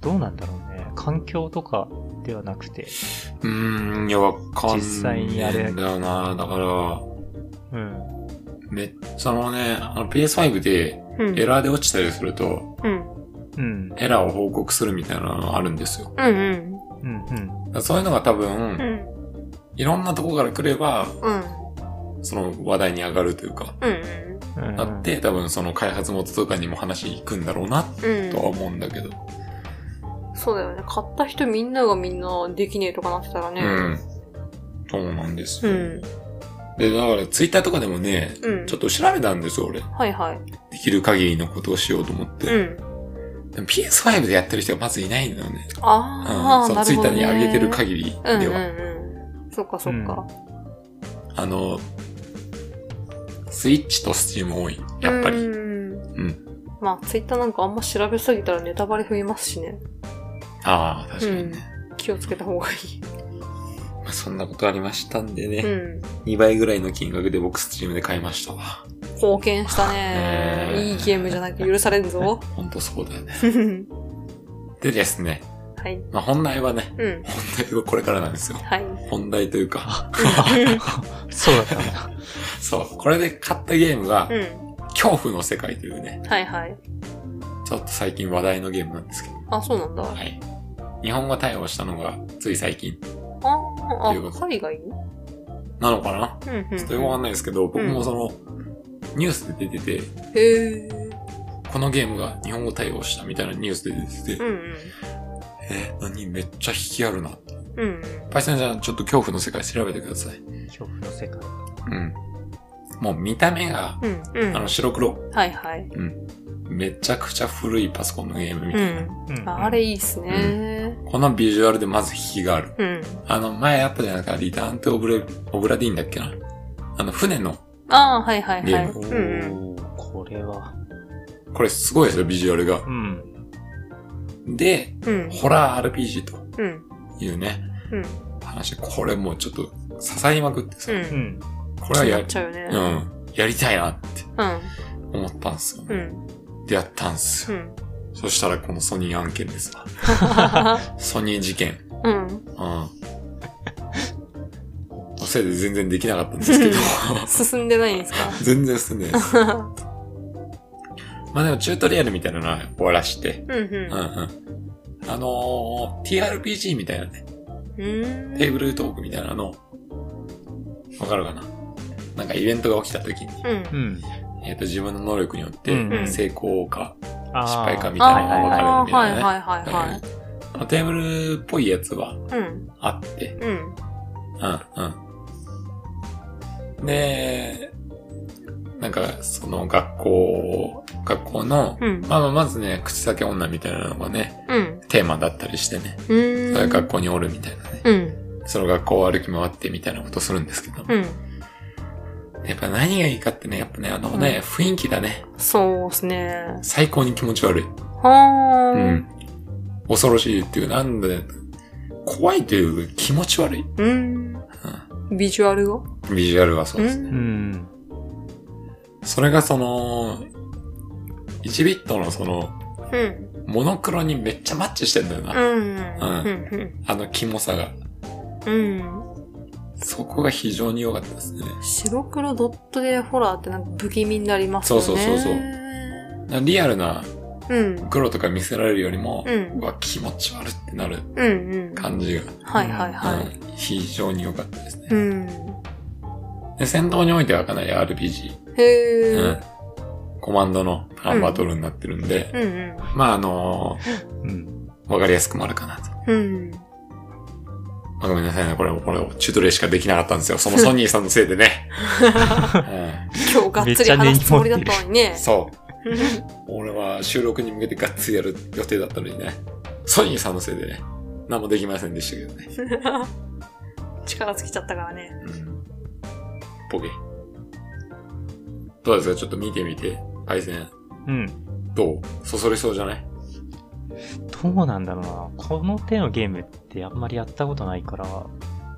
どうなんだろうね。環境とかではなくて。うーん、いや、わかん実際にねやえれんだよな。だから、うん。めっちゃのね、あの PS5 でうん。エラーで落ちたりすると、うん。うん。エラーを報告するみたいなのがあるんですよ。うん。うん。うん。うん。だからそういうのが多う分、ん。いろんなとこから来れば、うん。その話題に上がるというか、うん。うんあっ。て、多分その開発元とかにも話行くんだろうな、うんとは思うんだけど。そうだよね。買った人みんながみんなできねえとかなってたらうね。ん。そうなんですうよ。ん。で、だからツイッターとかでもね、うん。ちょっと調べたんですよ、俺。はいはい。できる限りのことをしようと思って。うん。でも PS5 でやってる人がまずいないんだよね。うん。ああ、そなのツるイッほタど、ね。ーに上げてる限限りでうは。んうんうん。そっかそっか。あの、スイッチとスチーム多い。やっぱり。うん。うん。まあ、ツイッターなんかあんま調べすぎたらネタバレ増えますしね。ああ、確かにね。気をつけた方がいい。まあ、そんなことありましたんでうね。ん。 2倍ぐらいの金額で僕スチームで買いましたわ。貢献したね [laughs] ね。えいいゲームじゃなきゃ許され [laughs] んぞ。ほんとそうだよね。はでですね。い。まあ、本題はね、うん。本題はこれからなんですよ。はい。本題というか、そうだったん [laughs] だ。そう、これで買ったゲームがう、ん。恐怖の世界というね、はいはい。ちょっと最近話題のゲームなんですけど。あ、そうなんだ。あはい。日本語対応したのがつい最近あ、あということ海外なのかなうんうん。ちょっとよくわかんないですけど、僕もその、ニュースで出てて、へえ。このゲームが日本語対応したみたいなニュースで出てうて、んうん。え、何めっちゃ引きあるな。うんうん。パイセンちゃん、ちょっと恐怖の世界調べてください。恐怖の世界。うん。もう見た目が、うんうん。あの白黒、はいはい。めちゃくちゃ古いパソコンのゲームみうたいな。ん。うんああれいいっすね。このビジュアルでまず引きがある。うん。あの、前あったじゃないですか、リターンとオブレ、オブラディーンだっけな。あの、船の、ああ、はいはいゲはい。ーうおんーこれは。これすごいですよ、ビジュアルが。うん。で、うん。うん。ホラー RPG とうん。いうね、うん。話。これもうちょっと刺さりまくってさ、うん。うん。これはやっり、ちゃうよね。う。ん、やりたいなってうん。思ったんですよ、うねん。で、やったんですうよ。ん。そしたらこのソニー案件ですわ。ソニー事件。うん。うん。の [laughs] せいで全然できなかったんですけど、進んでないんですか全然進んでないです。まあでもチュートリアルみたいなのは終わらして、うんううんうん。あのー、TRPG みたいなね、ん。うん。テーブルトークみたいなの、わかるかななんかイベントが起きた時に、うん。うん。えっ、と、自分の能力によっうんうて、ん成功か、あー失敗かみあたいなのが分かれあ、るみはいたはいいなね。はいは。あのテーブルっぽいやつはいうん。あって、うん。うん、うん。で、なんか、その学校、学校の、うん。まあまあ、まずね、口先女みたいなのがね、うん。テーマだったりしてね、うそれん。が学校におるみたいなね、うん。その学校を歩き回ってみたいなことするんですけども、うん。やっぱ何がいいかってね、やっぱね、あのね、雰囲気だね。そうっすね。最高に気持ち悪い。はうーん。恐ろしいっていう、なんで、怖いという気持ち悪い。うん。ビジュアルが。うん。ビジュアルはそううです。うんん。それがその、1ビットのその、うん。モノクロにめっちゃマッチしてんだような。ん。うん。あのキモさが。うん。そこが非常に良かったですね。白黒ドットでホラーってなんか不気味になりますよそうね。そうそうそう。リアルなうん。黒とか見せられるよりも、う。うんわ、気持ち悪ってなるうんうん。感じが、はいはいはうん非常に良かったですい。うね。ん。で、戦闘においてはかなり RPG、へうーん。コマンドのターンバトルになってるんで、うんうん。まあ、あのうん。ーわかりやすくもあるかなと。うん。まあ、ごめんなさいね、これ、これ、チュートレでしかできなかったんですよ。そのソニーさんのせいで [laughs] ね。う今日がっつり話すつもりだったのにねん、。そう。俺は収録に向けてガッツリやる予定だったのにね。ソニーさんのせいでね、何もできませんでしたけどね。 [laughs] 力尽きちゃったからね。うん。ポケ。どうですかちょっと見てみて。パイセン。うん。どうそそりそうじゃないどうなんだろうな。この手のゲームってあんまりやったことないから、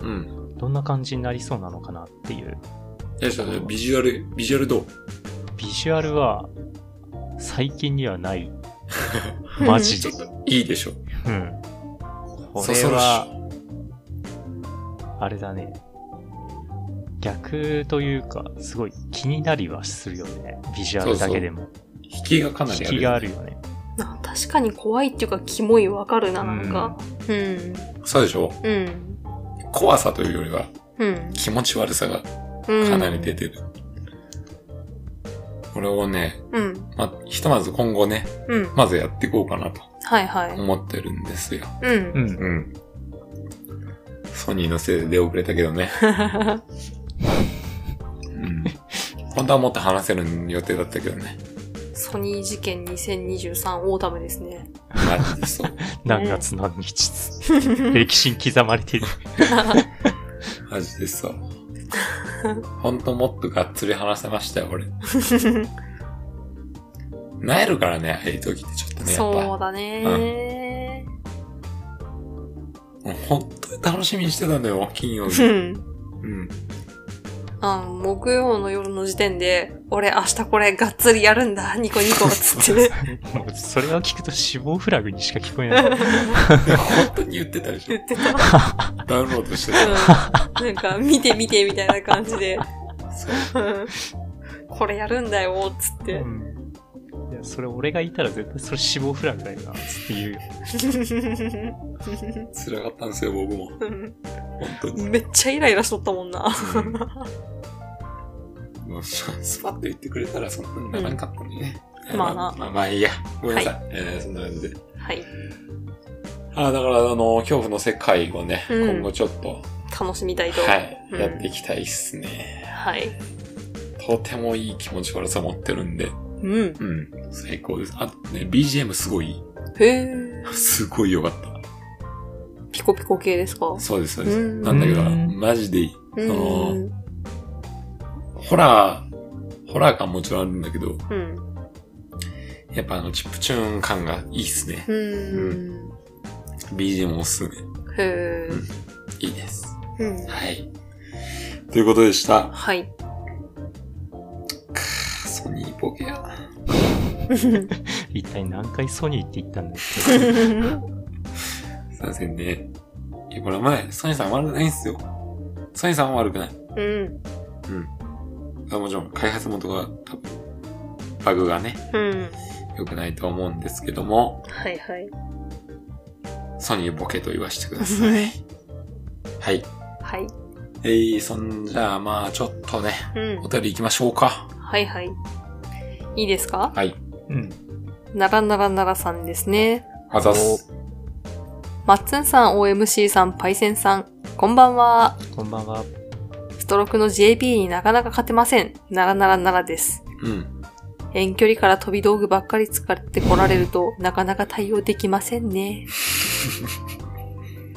うん。どんな感じになりそうなのかなっていう。いや、ちょっとビジュアル、ビジュアルどうビジュアルは、最近にはない。マジちでょっ。といいでしょ。うん。こそれそるは、し。あれだね。逆というか、すごい気になりはするよね。ビジュアルだけでも。引きがかなりある、引きがある。よね。な確かに怖いっていうか、キモいわかるな、なんか。うん。そうでしょうん。怖さというよりはうん。気持ち悪さがうん。かなり出てる。これをね、うん。まあ、ひとまず今後ね、うん。まずやっていこうかなとはいはい。思ってるんですよ。う。うんん。うん。ソニーのせいで出遅れたけどね。うん。本当はもっと話せる予定だったけどね。 [laughs] ソニー事件2023オータムですね。マジでそう。何月何日つ、 [laughs] 歴史に刻まれてる。マジでそう。本当もっとがっつり話せましたよ、俺。なえるからね、ああいう時ってちょっとね、や [laughs] そうっだねぱ。もう本当に楽しみにしてたんだよ、金曜 [laughs] う日。ん。うん。あの、木曜の夜の時点で、俺明日これがっつりやるんだ、ニコニコっつってね。もうそれを聞くと死亡フラグにしか聞こえない。でも本当に言ってたでし [laughs] 言ょ。ってた。ダウンロードしてた。うん。なんか、見て見てみたいな感じで。うんこれやるんだよ、つってう。んいやそれ俺がいたら絶対それ死亡フラグだよな、つって言うよ。辛かったんですよ、僕も。本当に。 [laughs] めっちゃイライラしとったもんな。もうスパッと言ってくれたらそんなにならんかったのにね。うんまあなまあまあいいや。ごめんなさい。えーそんな感じで。はい。ああ、だから、あの、恐怖の世界をね、うん今後ちょっと、楽しみたいと。はい、うんやっていきたいっすね。はい。とてもいい気持ち悪さ持ってるんで、うん。うん、最高です。あとね、BGM すごいいい、へえ。すごい良かった。ピコピコ系ですかそうです、そうです。うんなんだけど、うんマジでいい。うそのん。ホラー、ホラー感もちろんあるんだけど、うん。やっぱあの、チップチューン感がいいっすね。うん。 BGM もおすすめ。へえ。いいです。うん。はい。ということでした。はい。ソニーポケア。一体何回ソニーって言ったんだよ。すいませんね。いや、これ前、ソニーさん悪くないんすよ。ソニーさんは悪くない。うん。あもちろん、開発元が多分、バグがね、うん。良くないと思うんですけども、はいはい。ソニーボケと言わせてください。 [laughs] はい。はい。えー、そんじゃあ、まあ、ちょっとね、うんお。便り行きましょうか。はいはい。いいですかはい。うん。ならならならさんですね。あざっす。マッツンさん、OMC さん、パイセンさん、こんばんは。こんばんは。ストロークの JP になかなか勝てません。ならならならです。うん。遠距離から飛び道具ばっかり使ってこられると、なかなか対応できませんね。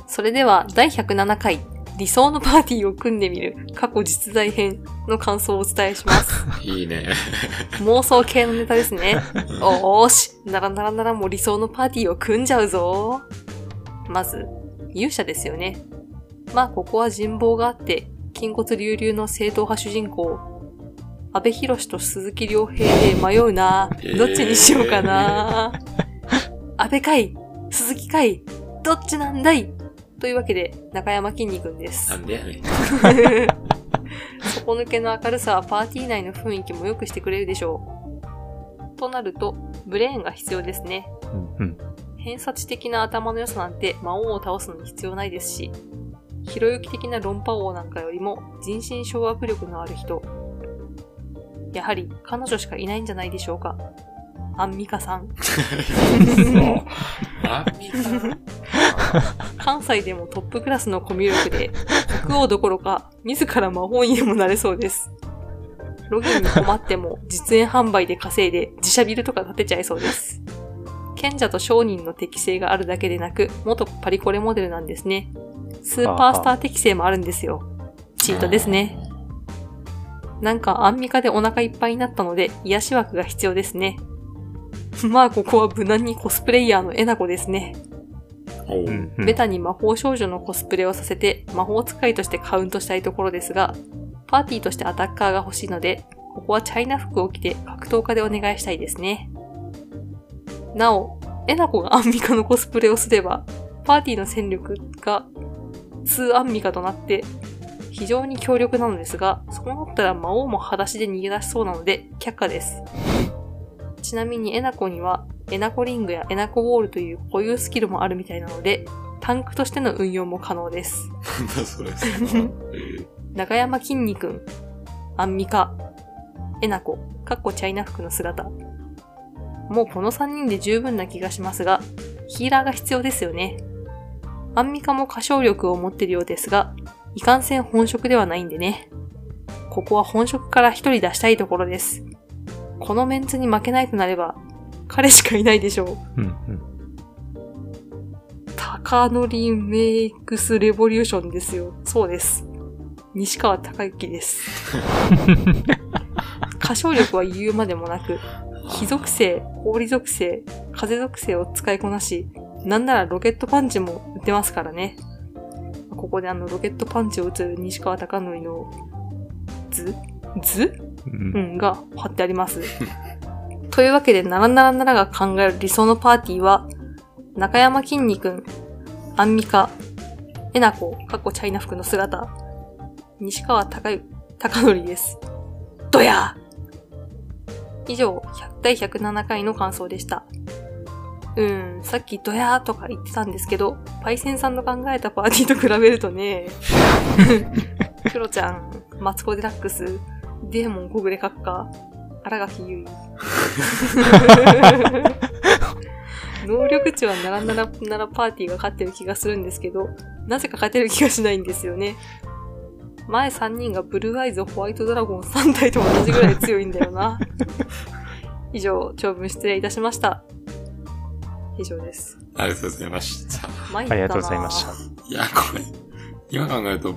それでは、第107回、理想のパーティーを組んでみる、過去実在編の感想をお伝えします。いいね。妄想系のネタですね。おーし、ならならならもう理想のパーティーを組んじゃうぞ。まず、勇者ですよね。まあ、ここは人望があって、筋骨隆々の正統派主人公、安部寛と鈴木亮平で迷うな。どっちにしようかな。安部かい鈴木かいどっちなんだいというわけで、中山きんに君で [laughs] すな。んでやねん。 [laughs] 底抜けの明るさはパーティー内の雰囲気も良くしてくれるでしょう。となると、ブレーンが必要ですね。うん。偏差値的な頭の良さなんて魔王を倒すのに必要ないですし、ひろゆき的な論破王なんかよりも人心掌握力のある人。やはり彼女しかいないんじゃないでしょうか。アンミカさん。そう。アンミ関西でもトップクラスのコミュ力で、国王どころか自ら魔法にでもなれそうです。ロギンに困っても実演販売で稼いで自社ビルとか建てちゃいそうです。賢者と商人の適性があるだけでなく、元パリコレモデルなんですね。スーパースター適性もあるんですよ。 [laughs] チートですね。なんかアンミカでお腹いっぱいになったので癒し枠が必要ですね。まあここは無難にコスプレイヤーのえなこですね。カおう。うんうんベタに魔法少女のコスプレをさせて魔法使いとしてカウントしたいところですが、パーティーとしてアタッカーが欲しいので、ここはチャイナ服を着て格闘家でお願いしたいですね。なお、えなこがアンミカのコスプレをすれば、パーティーの戦力が2アンミカとなって、非常に強力なのですが、そうなったら魔王も裸足で逃げ出しそうなので、却下です。ちなみにえなこには、えなこリングやえなこウォールという固有スキルもあるみたいなので、タンクとしての運用も可能です。なんだ [laughs] それ。中山きんに君、アンミカ、えなこ、かっこチャイナ服の姿。もうこの3人で十分な気がしますが、ヒーラーが必要ですよね。アンミカも歌唱力を持ってるようですが、いかんせん本職ではないんでね。ここは本職から一人出したいところです。このメンツに負けないとなれば、彼しかいないでしょう。うん。高典メイクスレボリューションですよ。そうです。西川隆之です。歌唱力は言うまでもなく、火属性、氷属性、風属性を使いこなし、なんならロケットパンチも打てますからね。ここであの、ロケットパンチを打つ西川貴則の図図うんう。ん、が貼ってあります。というわけで、ならならならが考える理想のパーティーは、中山きんに君、アンミカ、えなこ、かっこチャイナ服の姿、西川高い、高則です。どや以上、100対107回の感想でした。うーん、さっきドヤーとか言ってたんですけど、パイセンさんの考えたパーティーと比べるとね、クロちゃん、マツコデラックス、デーモン小暮閣下、新垣結 [laughs] 衣。能力値はならならならパーティーが勝ってる気がするんですけど、なぜか勝てる気がしないんですよね。前3人がブルーアイズ、ホワイトドラゴン3体と同じぐらい強いんだよ [laughs] な。以上、長文失礼いたしました。以上です。ありがとうございました。参っあたりながとうございました。いや、これ、今考えると、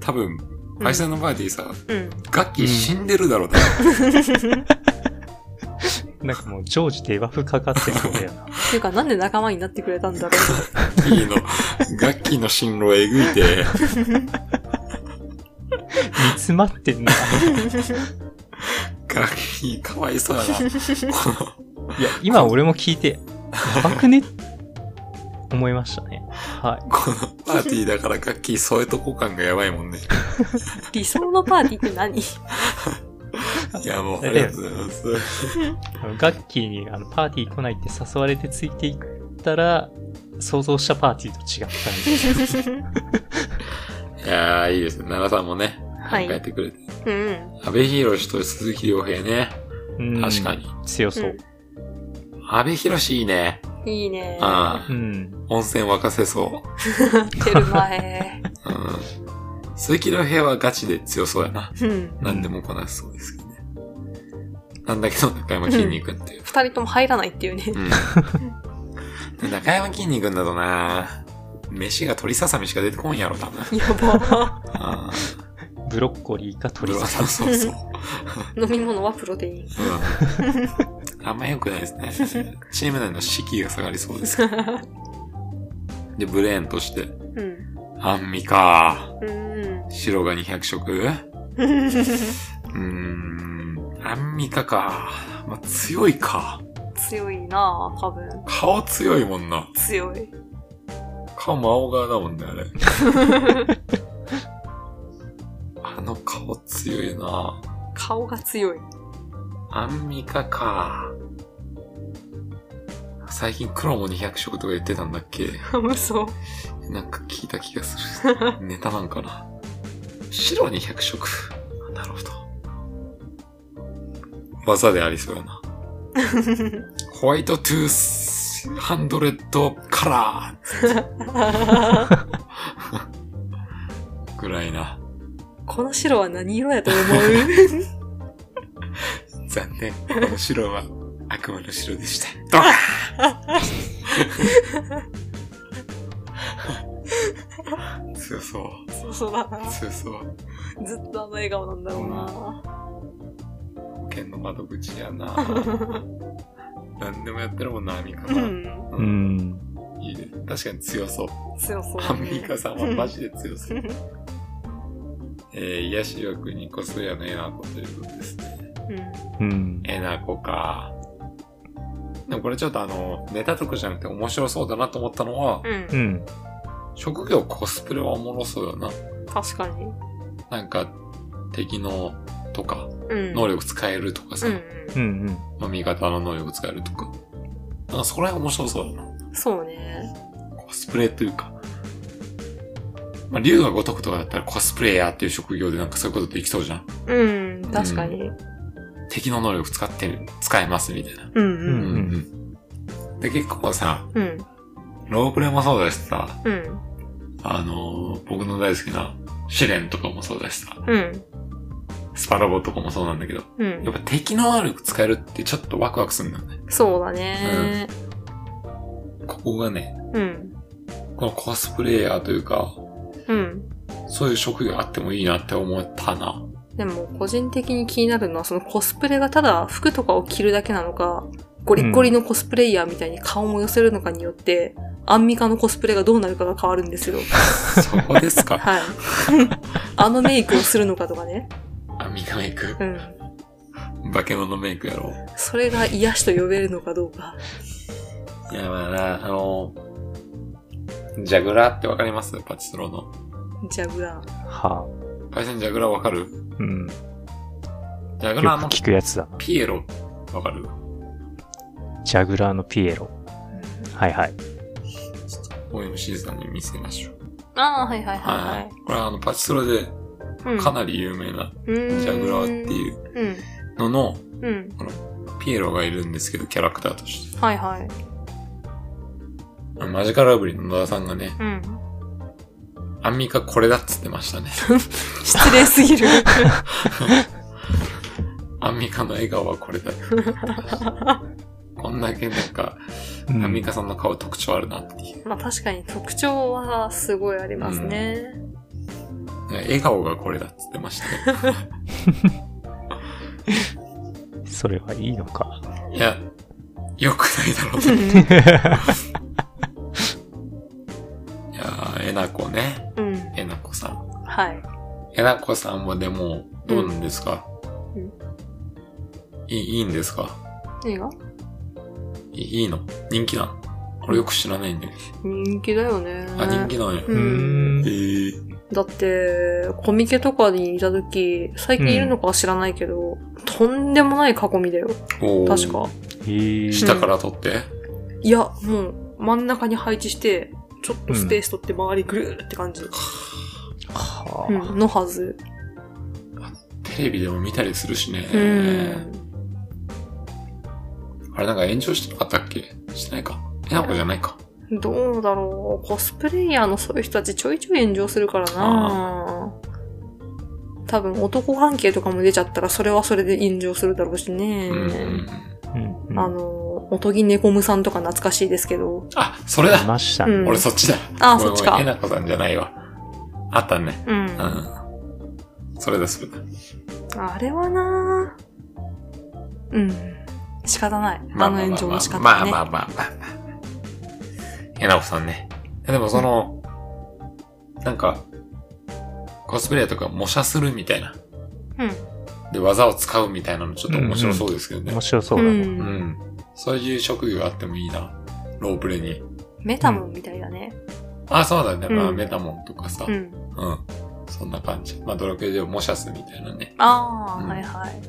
多分、パイセンのパーティーさ、うん。ガッキー死んでるだろうな。 [laughs] なんかもう、常時デバフかかってそうだよな。っていうか、なんで仲間になってくれたんだ [laughs] ろう。ガッキー [laughs] の、ガッキーの進路えぐいて、煮詰まってんな。ガッキーかわいそうだな。いや、今俺も聞いて、やばくね思いましたね。はこのパーティーだからガッキー添えとこ感がやばいもんね。理想のパーティーって何いや、もう、ありがとうございます。い。ガッキーにあのパーティー来ないって誘われてついていったら、想像したパーティーと違ったみたいな。いやー、いいですね。奈良さんもね、考はいえてくれて。うん。安倍博士と鈴木亮平ね。うん確か。に。強そう。安倍博士いいね。いいね。あうあ、ん。温泉沸かせそテルマへ。う。うん。鈴木亮平はガチで強そうやな。うん。何でもこなしそうですけどね。なんだけど、中山筋肉っていう。二人とも入らないっていうね。うん。で中山筋肉だとな、飯が鳥ささみしか出てこんやろ、多分。やば。ああ、ブロッコリーか鳥鳥さささみ。そう [laughs] そう。飲み物はプロテイうン。んあんま良くないですね。チーム内の士気が下がりそうですけど。で、ブレーンとして、うん。アンミカ、うん。白が200色 [laughs] うーん、アンミカか。まあ、強いか。強いなぁ、多分。顔強いもんな。強い。顔真青側だもんね、あれ。あの顔強いな顔が強い。アンミカか。最近黒も200色とか言ってたんだっけ嘘。なんか聞いた気がする。ネタなんかな。白200色。なるほど。技でありそうやな。ホワイトトゥースハンドレッドカラーぐらいな。この白は何色やと思う残念。この白は悪魔の白でした。ドカーン強そう。そうそうだな。強そう。ずっとあの笑顔なんだろうな。保険の窓口や [laughs] な。何でもやってるもんな、アンミカさ。うんん。うん。いいね。確かに強そう。強そうアだンミね。カさんはマジで強 [laughs] そう。えー、癒し欲にこそやのえなこということですね。うん。うん。えなこか。でもこれちょっとあの、ネタとかじゃなくて面白そうだなと思ったのは、うんう。ん。職業コスプレはおもろそうよな。確かに。なんか、敵のとか、うん。能力使えるとかさ、う。うんまあ味方の能力使えるとか。あ、そこら辺面白そうだな。ん。そうね。コスプレというか、まあ、竜が如くとかだったらコスプレイヤーっていう職業でなんかそういうことできそうじゃん。うん。確かに。敵の能力使ってる、使えますみたいな。ううんんうん。で、結構さ、うん。うん。ロープレもそうだしさ、うん。あのー僕の大好きな試練とかもそうだしさ、うん。スパロボとかもそうなんだけど、うやっん。ぱ敵の能力使えるってちょっとワクワクするんだよね。そうだね。ここがね、うん。このコスプレイヤーというか、うん。そういう職業あってもいいなって思ったな。でも、個人的に気になるのは、そのコスプレがただ服とかを着るだけなのか、ゴリッゴリのコスプレイヤーみたいに顔も寄せるのかによって、アンミカのコスプレがどうなるかが変わるんで [laughs] すよ。そこですか。 [laughs] はい。 [laughs] あのメイクをするのかとかね。アミカメイクう。ん。化け物メイクやろう。それが癒しと呼べるのかどうか。いや、まあな、あの、ジャグラーってわかりますパチスローの。ジャグラー。はパイセンジャグラーわかるあ。うん。よジャくグラーの聞くやつだな。ピエロわかるジャグラーのピエロ。はいはい。 ?OMC さんに見せましょう。ああ、はいはいははい。これはあの、パチスロでいはい。かなり有名なり、ジジ。ャグラーっていうううん。ののうん。ピエロがいるんですけど、キャラクターとして。はいはい。マジカルラブリーの野田さんがね、うん。アンミカこれだっつってま [laughs] したね。失礼すぎる。アンミカの笑顔はこ [laughs] れだって言ってました。こんだけなんか、うアンミん。カさんの顔特徴あるなっていう。 [laughs] まあ確かに特徴はすごいありますね。笑顔がこれだっつってましたね。それはいいのか。いや、良くないだろうと。いやー、えなこね。うん。えなこさん。はい。えなこさんはでも、どうなんですか、うんいい、いいんですか何がいいいの人気なの俺よく知らないんだけ人気だよね。ど。あ、人気なんや。う。うんえん。ー、だって、コミケとかにいた時、最近いるのかは知らないけど、とんでもない囲みだよ。おー確か。へえ。下から撮って。いや、もう、真ん中に配置して、ちょっとスペース取って周りぐるーって感じ。はうあ。ん、のはず。テレビでも見たりするしね。うん。あれなんか炎上してなかったっけしてないか。えなこじゃないか。どうだろう。コスプレイヤーのそういう人たちちょいちょい炎上するからな多分男関係とかも出ちゃったらそれはそれで炎上するだろうしね。うんうん。うんうん。あの、おとぎねこむさんとか懐かしいですけど。あ、それだいましたね。うん俺そっちだ。あーごめんそっちごめんえかなこさんじゃないわ。あったね。うん。うん。それだ、それだ。あれはなうん。仕方ない。あの炎上も仕方まなあい、ね。まあまあまあまあまあ。えなこさんね。えでもその、なんか、コスプレイヤーとか模写するみたいな。うん。で、技を使うみたいなのちょっと面白そうですけどね面。白そうだね。うん、そういう職業があってもいいな。ロープレに。メタモンみたいだね。あ、そうだね。まあ、うんメタモンとかさ。ううん。ん。そんな感じ。まあ、ドラクエでも模写するみたいなね。ああ、うんはいはい。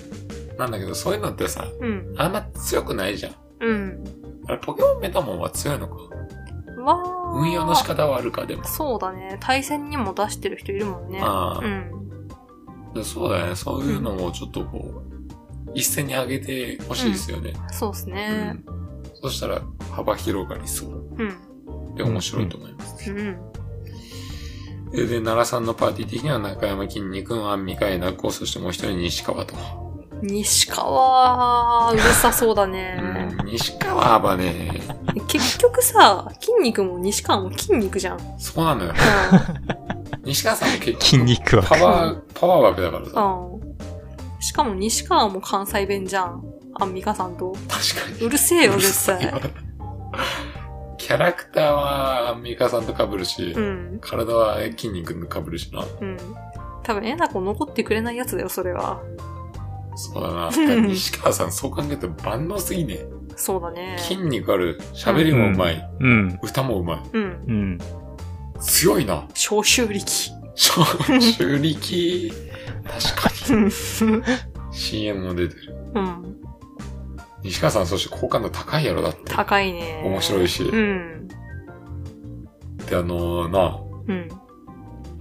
なんだけど、そういうのってさ、うん。あんま強くないじゃん。うん。あれ、ポケモンメタモンは強いのか。まあ。運用の仕方はあるか、でも。そうだね。対戦にも出してる人いるもんね。あうん。あ、そうだよね。そういうのもちょっとこう、一斉に上げてほしいですよね。そうですうんね。そしたら、幅広がりそう。うん。で、面白いと思います。うん。で、で、奈良さんのパーティー的には中山きんに君、アンミカ、えなこ、そしてもう一人西川と。西川、うるさそうだね。うん、西川はね、結局さ、筋肉も西川も筋肉じゃん。うん。そうなのよ。西川さんも結筋肉構、パは。ワー、パワー枠だからさ。うん。しかも西川も関西弁じゃん。アンミカさんと。確かに。うるせえよ、う [laughs] るさういる。さいキャラクターはアンミカさんと被るし、うん。体は筋肉の被るしな。うん。多分、えなこ残ってくれないやつだよ、それは。そうだな。てか西川さん、そう考えると万能すぎね。そうだね。筋肉ある、喋りもうまい、うん。歌もうまい。うん。うん。強いな。 [laughs] 消臭力。小中力。確かうんに。CM も出てる。 [laughs] うん。西川さん、そして好感度高いやろ、だって。高いね。面白いしうん。で、あのー、な、うん。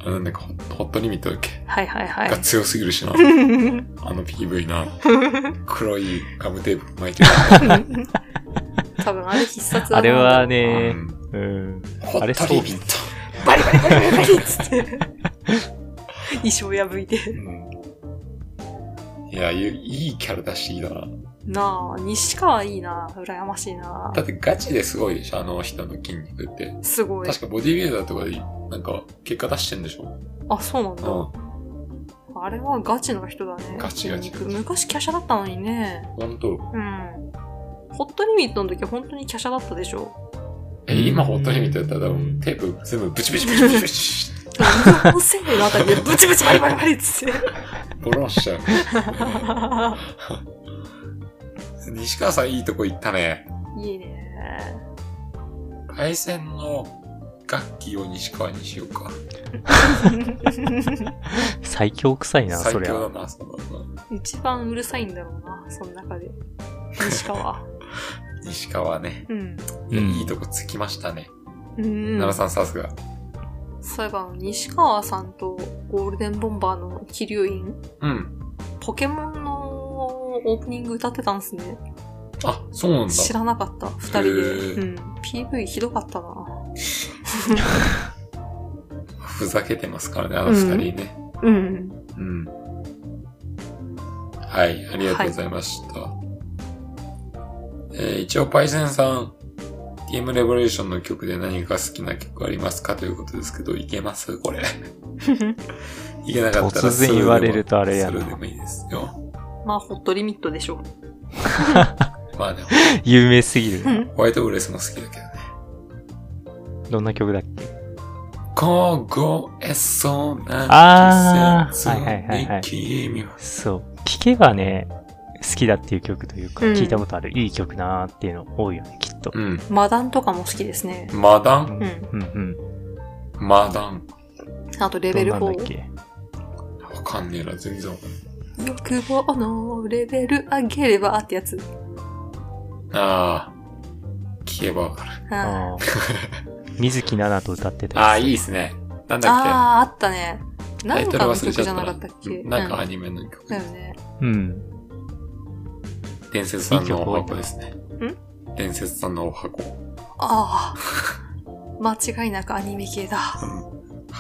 あれなんだっけホホットリミットだっけはいはいはいが。強すぎるしな。あの PV な、黒いガムテープ巻いてる。 [laughs] 多分あれ必殺あれはねう、んうん。ホあれットリミット。バリバリバリバリっつって。 [laughs] 衣装破いて。うんいや、いいいいキャラ出していいだな。なあ、西川いいな。羨ましいなだ。ってガチですごいでしょ、あの人の筋肉って。すごい。確かボディビルダーとかで、なんか、結果出してんでしょあ、そうなんだ。ん。あれはガチの人だね。ガチガチ筋肉昔華奢だったのにね。ほんと。うん。ホットリミットの時は本当に華奢だったでし [laughs] ょ。え、今ホットリミットやったら多分テープ全部ブチブチブチブチブチ。水の線のあたりでブチブチバリバリバリっつって。 [laughs] ボロンしちゃう。 [laughs] 西川さんいいとこ行ったね。いいね。 [laughs] 対戦の楽器を西川にしようか。最強臭いな、最そりゃ。強うだな、その一番うるさいんだろうな、その中で。西川。西川ね。うん。いやうんいいとこつきましたね。うん。奈良さんさすが。そういえば、あの西川さんとゴールデンボンバーの桐生院、うん。ポケモンのオープニング歌ってたんすね。あ、そうなんだ。知らなかった、二人で。へうん。PV ひどかったな。ふざけてますからね、あの二人ね。うん。うん。はい、ありがとうございました。えー一応、パイセンさん、ゲームレボリューションの曲で何が好きな曲ありますかということですけど、いけますこれ。 [laughs] いけなかったら突然言われるとあれやなそれでもいいですよ。 [laughs] まあ、ホットリミットでし [laughs] ょ。まあでも、有名すぎる。ホワイトブレスも好きだけどね。どんな曲だっけ凍えそうなあー季節に君はそう。聴けばね、好きだっていう曲というか、うん聴いたことある、いい曲なーっていうの多いよね、きっと。うん。マダンとかも好きですね。マダうンん、うん、うん。マダン。あと、レどベんルなんだっ4。けわかんねえな、全然わかんない。欲望のレベル上げればってやつ。ああ、聞けばわかる。ああ [laughs] ー水木奈々と歌ってたああ、やついいですね。なんだっあー、あったね。けタなイんトかルの忘れ曲ちゃじったゃななかったっけうんなんかうアニメの曲。だよね。うん。伝説さんのおいい箱曲ですね。伝説さんのお箱。ああ。 [laughs] 間違いなくアニメ系だ。は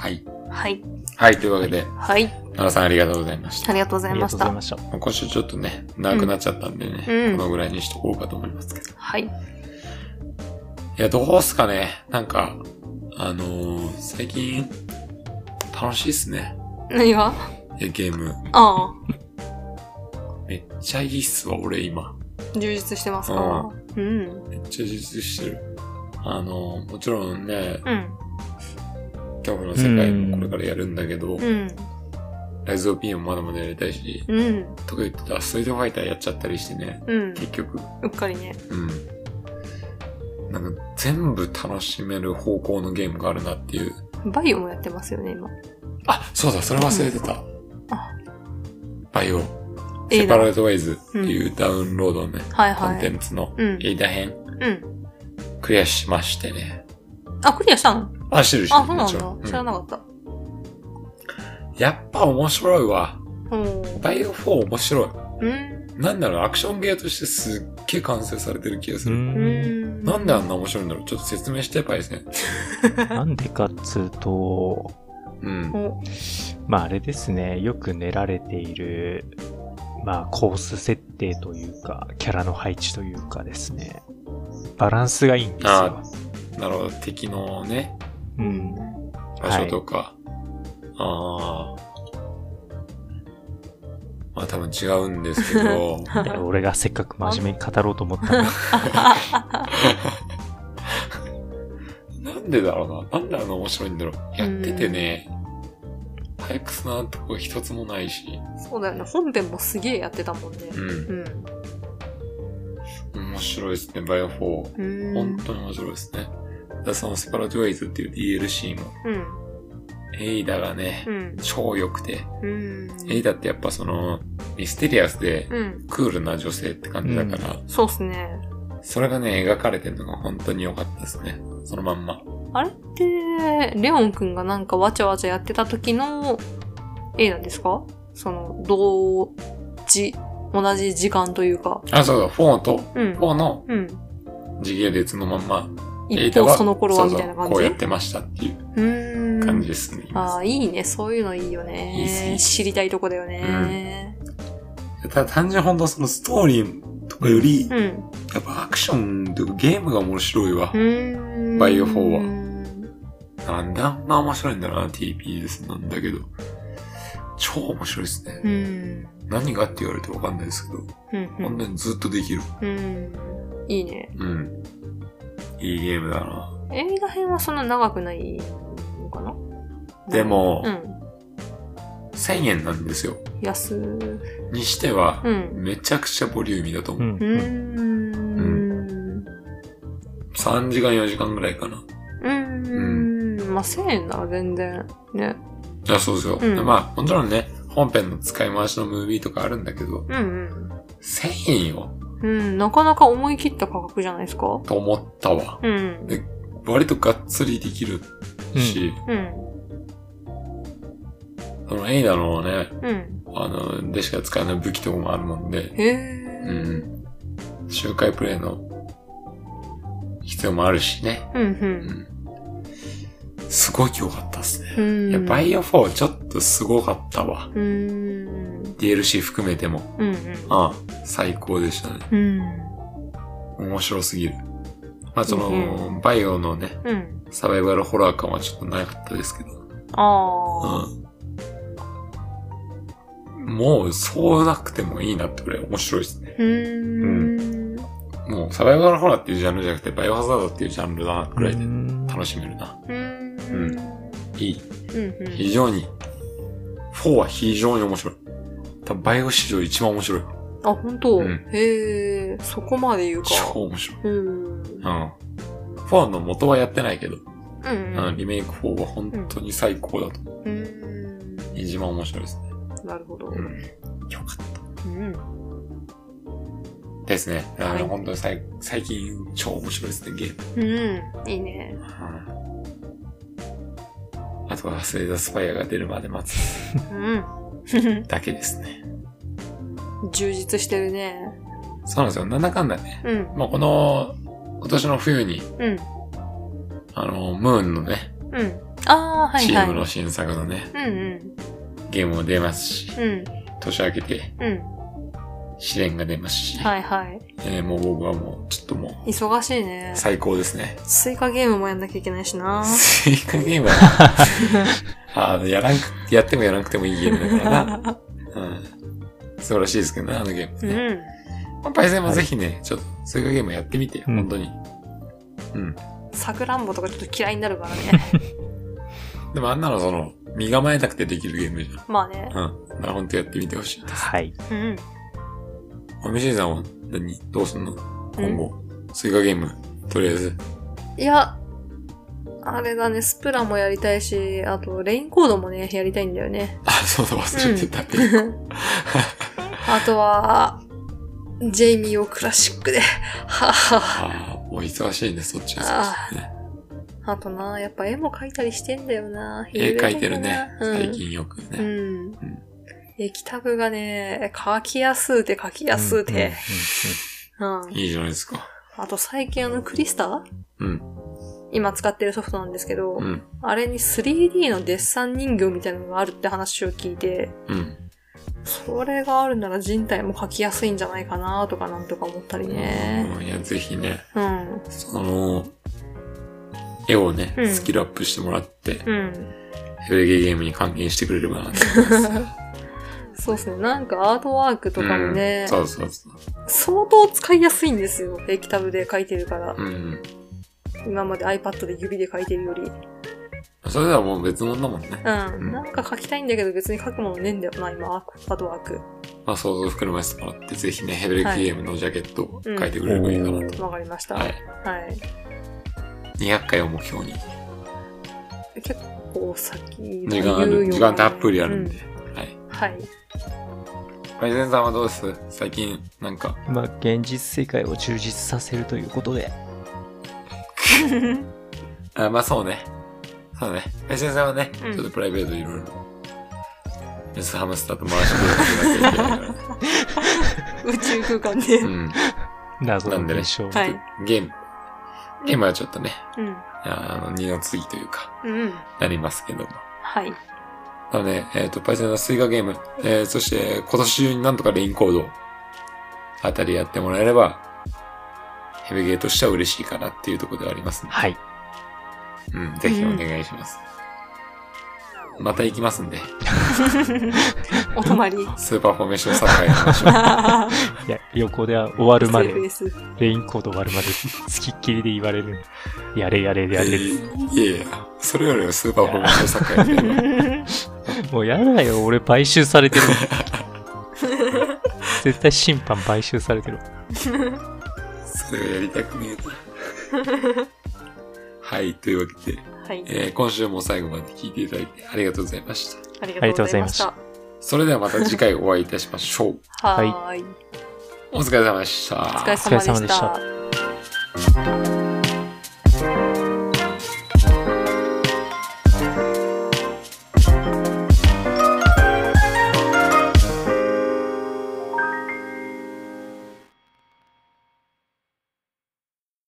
い。はい。はい、というわけで、はい。奈良さんありがとうございました。ありがとうござあいりまがとしうござた。いました。もう今週ちょっとね、長くなっちゃったんでね、うんこのぐらいにしとこうかと思いますけど。はい。いや、どうすかねなんか、あのー、最近、楽しいっすね。何がいや、ゲーム。ああ。めっちゃいいっすわ、俺今。充実してますかうん。めっちゃ充実してる。あのー、もちろんね、うん。恐怖の世界もこれからやるんだけど、うん。ライズオピンもまだまだやりたいし、うん。とか言ってたストリートファイターやっちゃったりしてね、うん。結局、うっかりね。うん。なんか全部楽しめる方向のゲームがあるなっていう。バイオもやってますよね、今。あ、そうだ、それ忘れてたあ。バイオ、えセえパだ。レートウェイズっていうダウンロードのね、はいコはンテい。ンツのうん。エイダ編うん。クリアしましてね。あ、クリアしたのあ、してるしてあ、る。そうなんもだ。ち知ろらんなかった。うんやっぱ面白いわ。うん。バイオ4面白い。うん。なんだろう、アクションゲーとしてすっげえ完成されてる気がすうる。んん。なんであんな面白いんだろうちょっと説明して、パイセン。なんでかっつうと、うん。おまああれですね、よく練られている、まあコース設定というか、キャラの配置というかですね、バランスがいいんですよあ。なるほど、敵のね、うん。場所とか。ああ。まあ多分違うんですけど。で俺がせっかく真面目に語ろうと思ったのになんでだろうな。なんであの面白いんだろう。やっててね、退屈なとこ一つもないし。そうだよね。本編もすげえやってたもんね。ううん。ん。面白いですね、バイオ4。うん。本当に面白いですね。でそのスパラトゥエイズっていう DLC も、うん。エイダがね、うん。超良くて。うん。エイダってやっぱその、ミステリアスで、うん。クールな女性って感じだから、そうっすね。それがね、描かれてるのが本当に良かったですね。そのまんま。あれって、レオンくんがなんかわちゃわちゃやってた時の絵なんですかその、同時、同じ時間というか。あ、そうだ、4と、うん。 4のうん。時系列のまんま、一方その頃はみたいなそう感じそうこうやってましたっていううーん。感じですね。ああ、いいね。そういうのいいよいいっすいいね。っす知りたいとこだよね。ただ単純に本当そのストーリーとかより、うん。うやっぱアクションというかゲームが面白いわ。ーん。バイオ4はは。なんであんな面白いんだろうな、TPS なんだけど。超面白いですね。うん。何がって言われてわかんないですけど、うんう本ん。当にずっとできる。うん。いいね。うん。いいゲームだな。映画編はそんな長くないのかなで、も、うん。 1000円なんですよ。安。うん。にしては、うん。めちゃくちゃボリューミーだとう思う。[laughs] んうーん。 3時間4時間ぐらいかな。うーん。まあ、1000円なら全然。ね。いや、そうですよ。うんでまあ、もちろんね、本編の使い回しのムービーとかあるんだけど、うん1000円よ、うん。うん。なかなか思い切った価格じゃないですかと思ったわ。うん。割とがっつりできるし、うん。そのエイダのね、うん。あの、でしか使えない武器とかもあるもんで、うへえ。ん。周回プレイの必要もあるしね。うん。う。うんん。すごい良かったっすね。うん。いや、バイオ4ちょっとすごかったわ。うーん。 DLC 含めても。うん。ああ、最高でしたね。うん。うん。面白すぎる。まあ、その、うバイオのね、うん。サバイバルホラー感はちょっとなかったですけど。あうん。もう、そうなくてもいいなってくらい面白いですね。ー。うーん。もう、サバイバルホラーっていうジャンルじゃなくて、バイオハザードっていうジャンルだな、くらいでうん楽しめるな。うーうんん。いい。うん。うん。非常に。4は非常に面白い。多分バイオ史上一番面白い。あ、本当、うんへえ、そこまで言うか。超面白い。うーん。うん。4の元はやってないけど、う。うんん、リメイク4は本当に最高だと。うー一番面白いですね。ん。なるほど。う。うんよかった。ん。ですね。あの、はい本当にさい最近超面白いですね、ゲーム。うん。いいね。あとは忘れたスパイアが出るまで待つうん。 [laughs] だけですね。充実してるね。そうなんですよ。なんだかんだね。うん。まあ、この、今年の冬に、うん。あの、ムーンのね、うん。ああ、はいチはーい。ムの新作のね、うんうん。ゲームも出ますし、うん。年明けてうん。試練が出ますし、はいはい。えーもう僕はもう、ちょっとも忙しいねう、。最高ですね。追加ゲームもやんなきゃいけないしな。スイカゲームは、あの、やらんく、やってもやらなくてもいいゲームだから [laughs] な。うん。素晴らしいですけどね、あのゲームうね。ん。まあ、パイセンもぜひね、ちょっと、そういうゲームやってみてよ、うん本当に。うん。さくらんぼとかちょっと嫌いになるからね。 [laughs] でもあんなのその、身構えなくてできるゲームじまあね。ゃん。うん。だから本当やってみてほしい。はい。うん。おみしいさんは何、どうすんの今後。スイカゲーム、とりあえず。 [laughs] いや、あれだね、スプラもやりたいし、あと、レインコードもね、やりたいんだ [laughs] よね。あ、そうだ、忘れてた。あとは、ジェイミーをクラシックで、はぁはぁああ、お忙しいね、そっちはあそっちでね。あとな、やっぱ絵も描いたりしてんだよな。絵描いてるね。うん最近よくうね。ん。液タブがね、描きやすうて描きやすうて。うん。いいじゃないですか。あと最近あのクリスタうん。今使ってるソフトなんですけど、うん。あれに 3D のデッサン人形みたいなのがあるって話を聞いて、うん。それがあるなら人体も描きやすいんじゃないかなとかなんとか思ったりね。うんいや、ぜひね、うん。その、絵をねう、んスキルアップしてもらって、うん。ヘルゲーゲームに還元してくれればなって。そうですね。なんかアートワークとかもね、うんそうそうそう。相当使いやすいんですよ。液タブで描いてるから。うん。今まで iPad で指で描いてるより。うん。それではもう別物だもんね。んなんか描きたいんだけど別に描くものねえんだよな、今、アートワーク。まあ、想像を膨らませてもらって、ぜひね、ヘブレはいゲームのジャケットを描いてくれればいいかなと。わかりました。ははいい。。 200回を目標に。結構先時間ある、時間たっぷりあるんで。うはい。んはい。パイセンさんはどうです最近、なんか、まあ、現実世界を充実させるということで。あ、まあそうね。そうね。パイセンさんはね、うんちょっとプライベートいろいろ。メスハムスターと回してくれるだけいけないからね。宇宙空間で。うん。謎なんでねの現象。はい。ゲーム。ゲームはちょっとね、うん。あの、二の次というか、うん。なりますけども。はい。なので、えっ、と、パイセンのスイカゲーム、えー、そして、今年中になんとかレインコードあたりやってもらえれば、ヘビゲーとしては嬉しいかなっていうところではありますね。はい。うん、ぜひお願いします。また行きますんで、お泊 [laughs] まり。スーパーフォーメーションサッカーやりましょう。 [laughs] いや、横で終わる [laughs] まで、 SF レインコード終わるまで、付きっきりで言われる。やれやれやいやれ。いやいや、それよりはスーパーフォーメーションサッカーやってればもうやだよ、俺買収されてる。絶対審判買収されてる。それをやりたくねえな。 [laughs] はい、というわけで、はい。えー今週も最後まで聞いていただいてありがとうございました。ありがとうございました。それではまた次回お会いいたしましょう。りがとうございましたはーい。お疲れ様でした。お疲れ様でお疲れ様でししたた。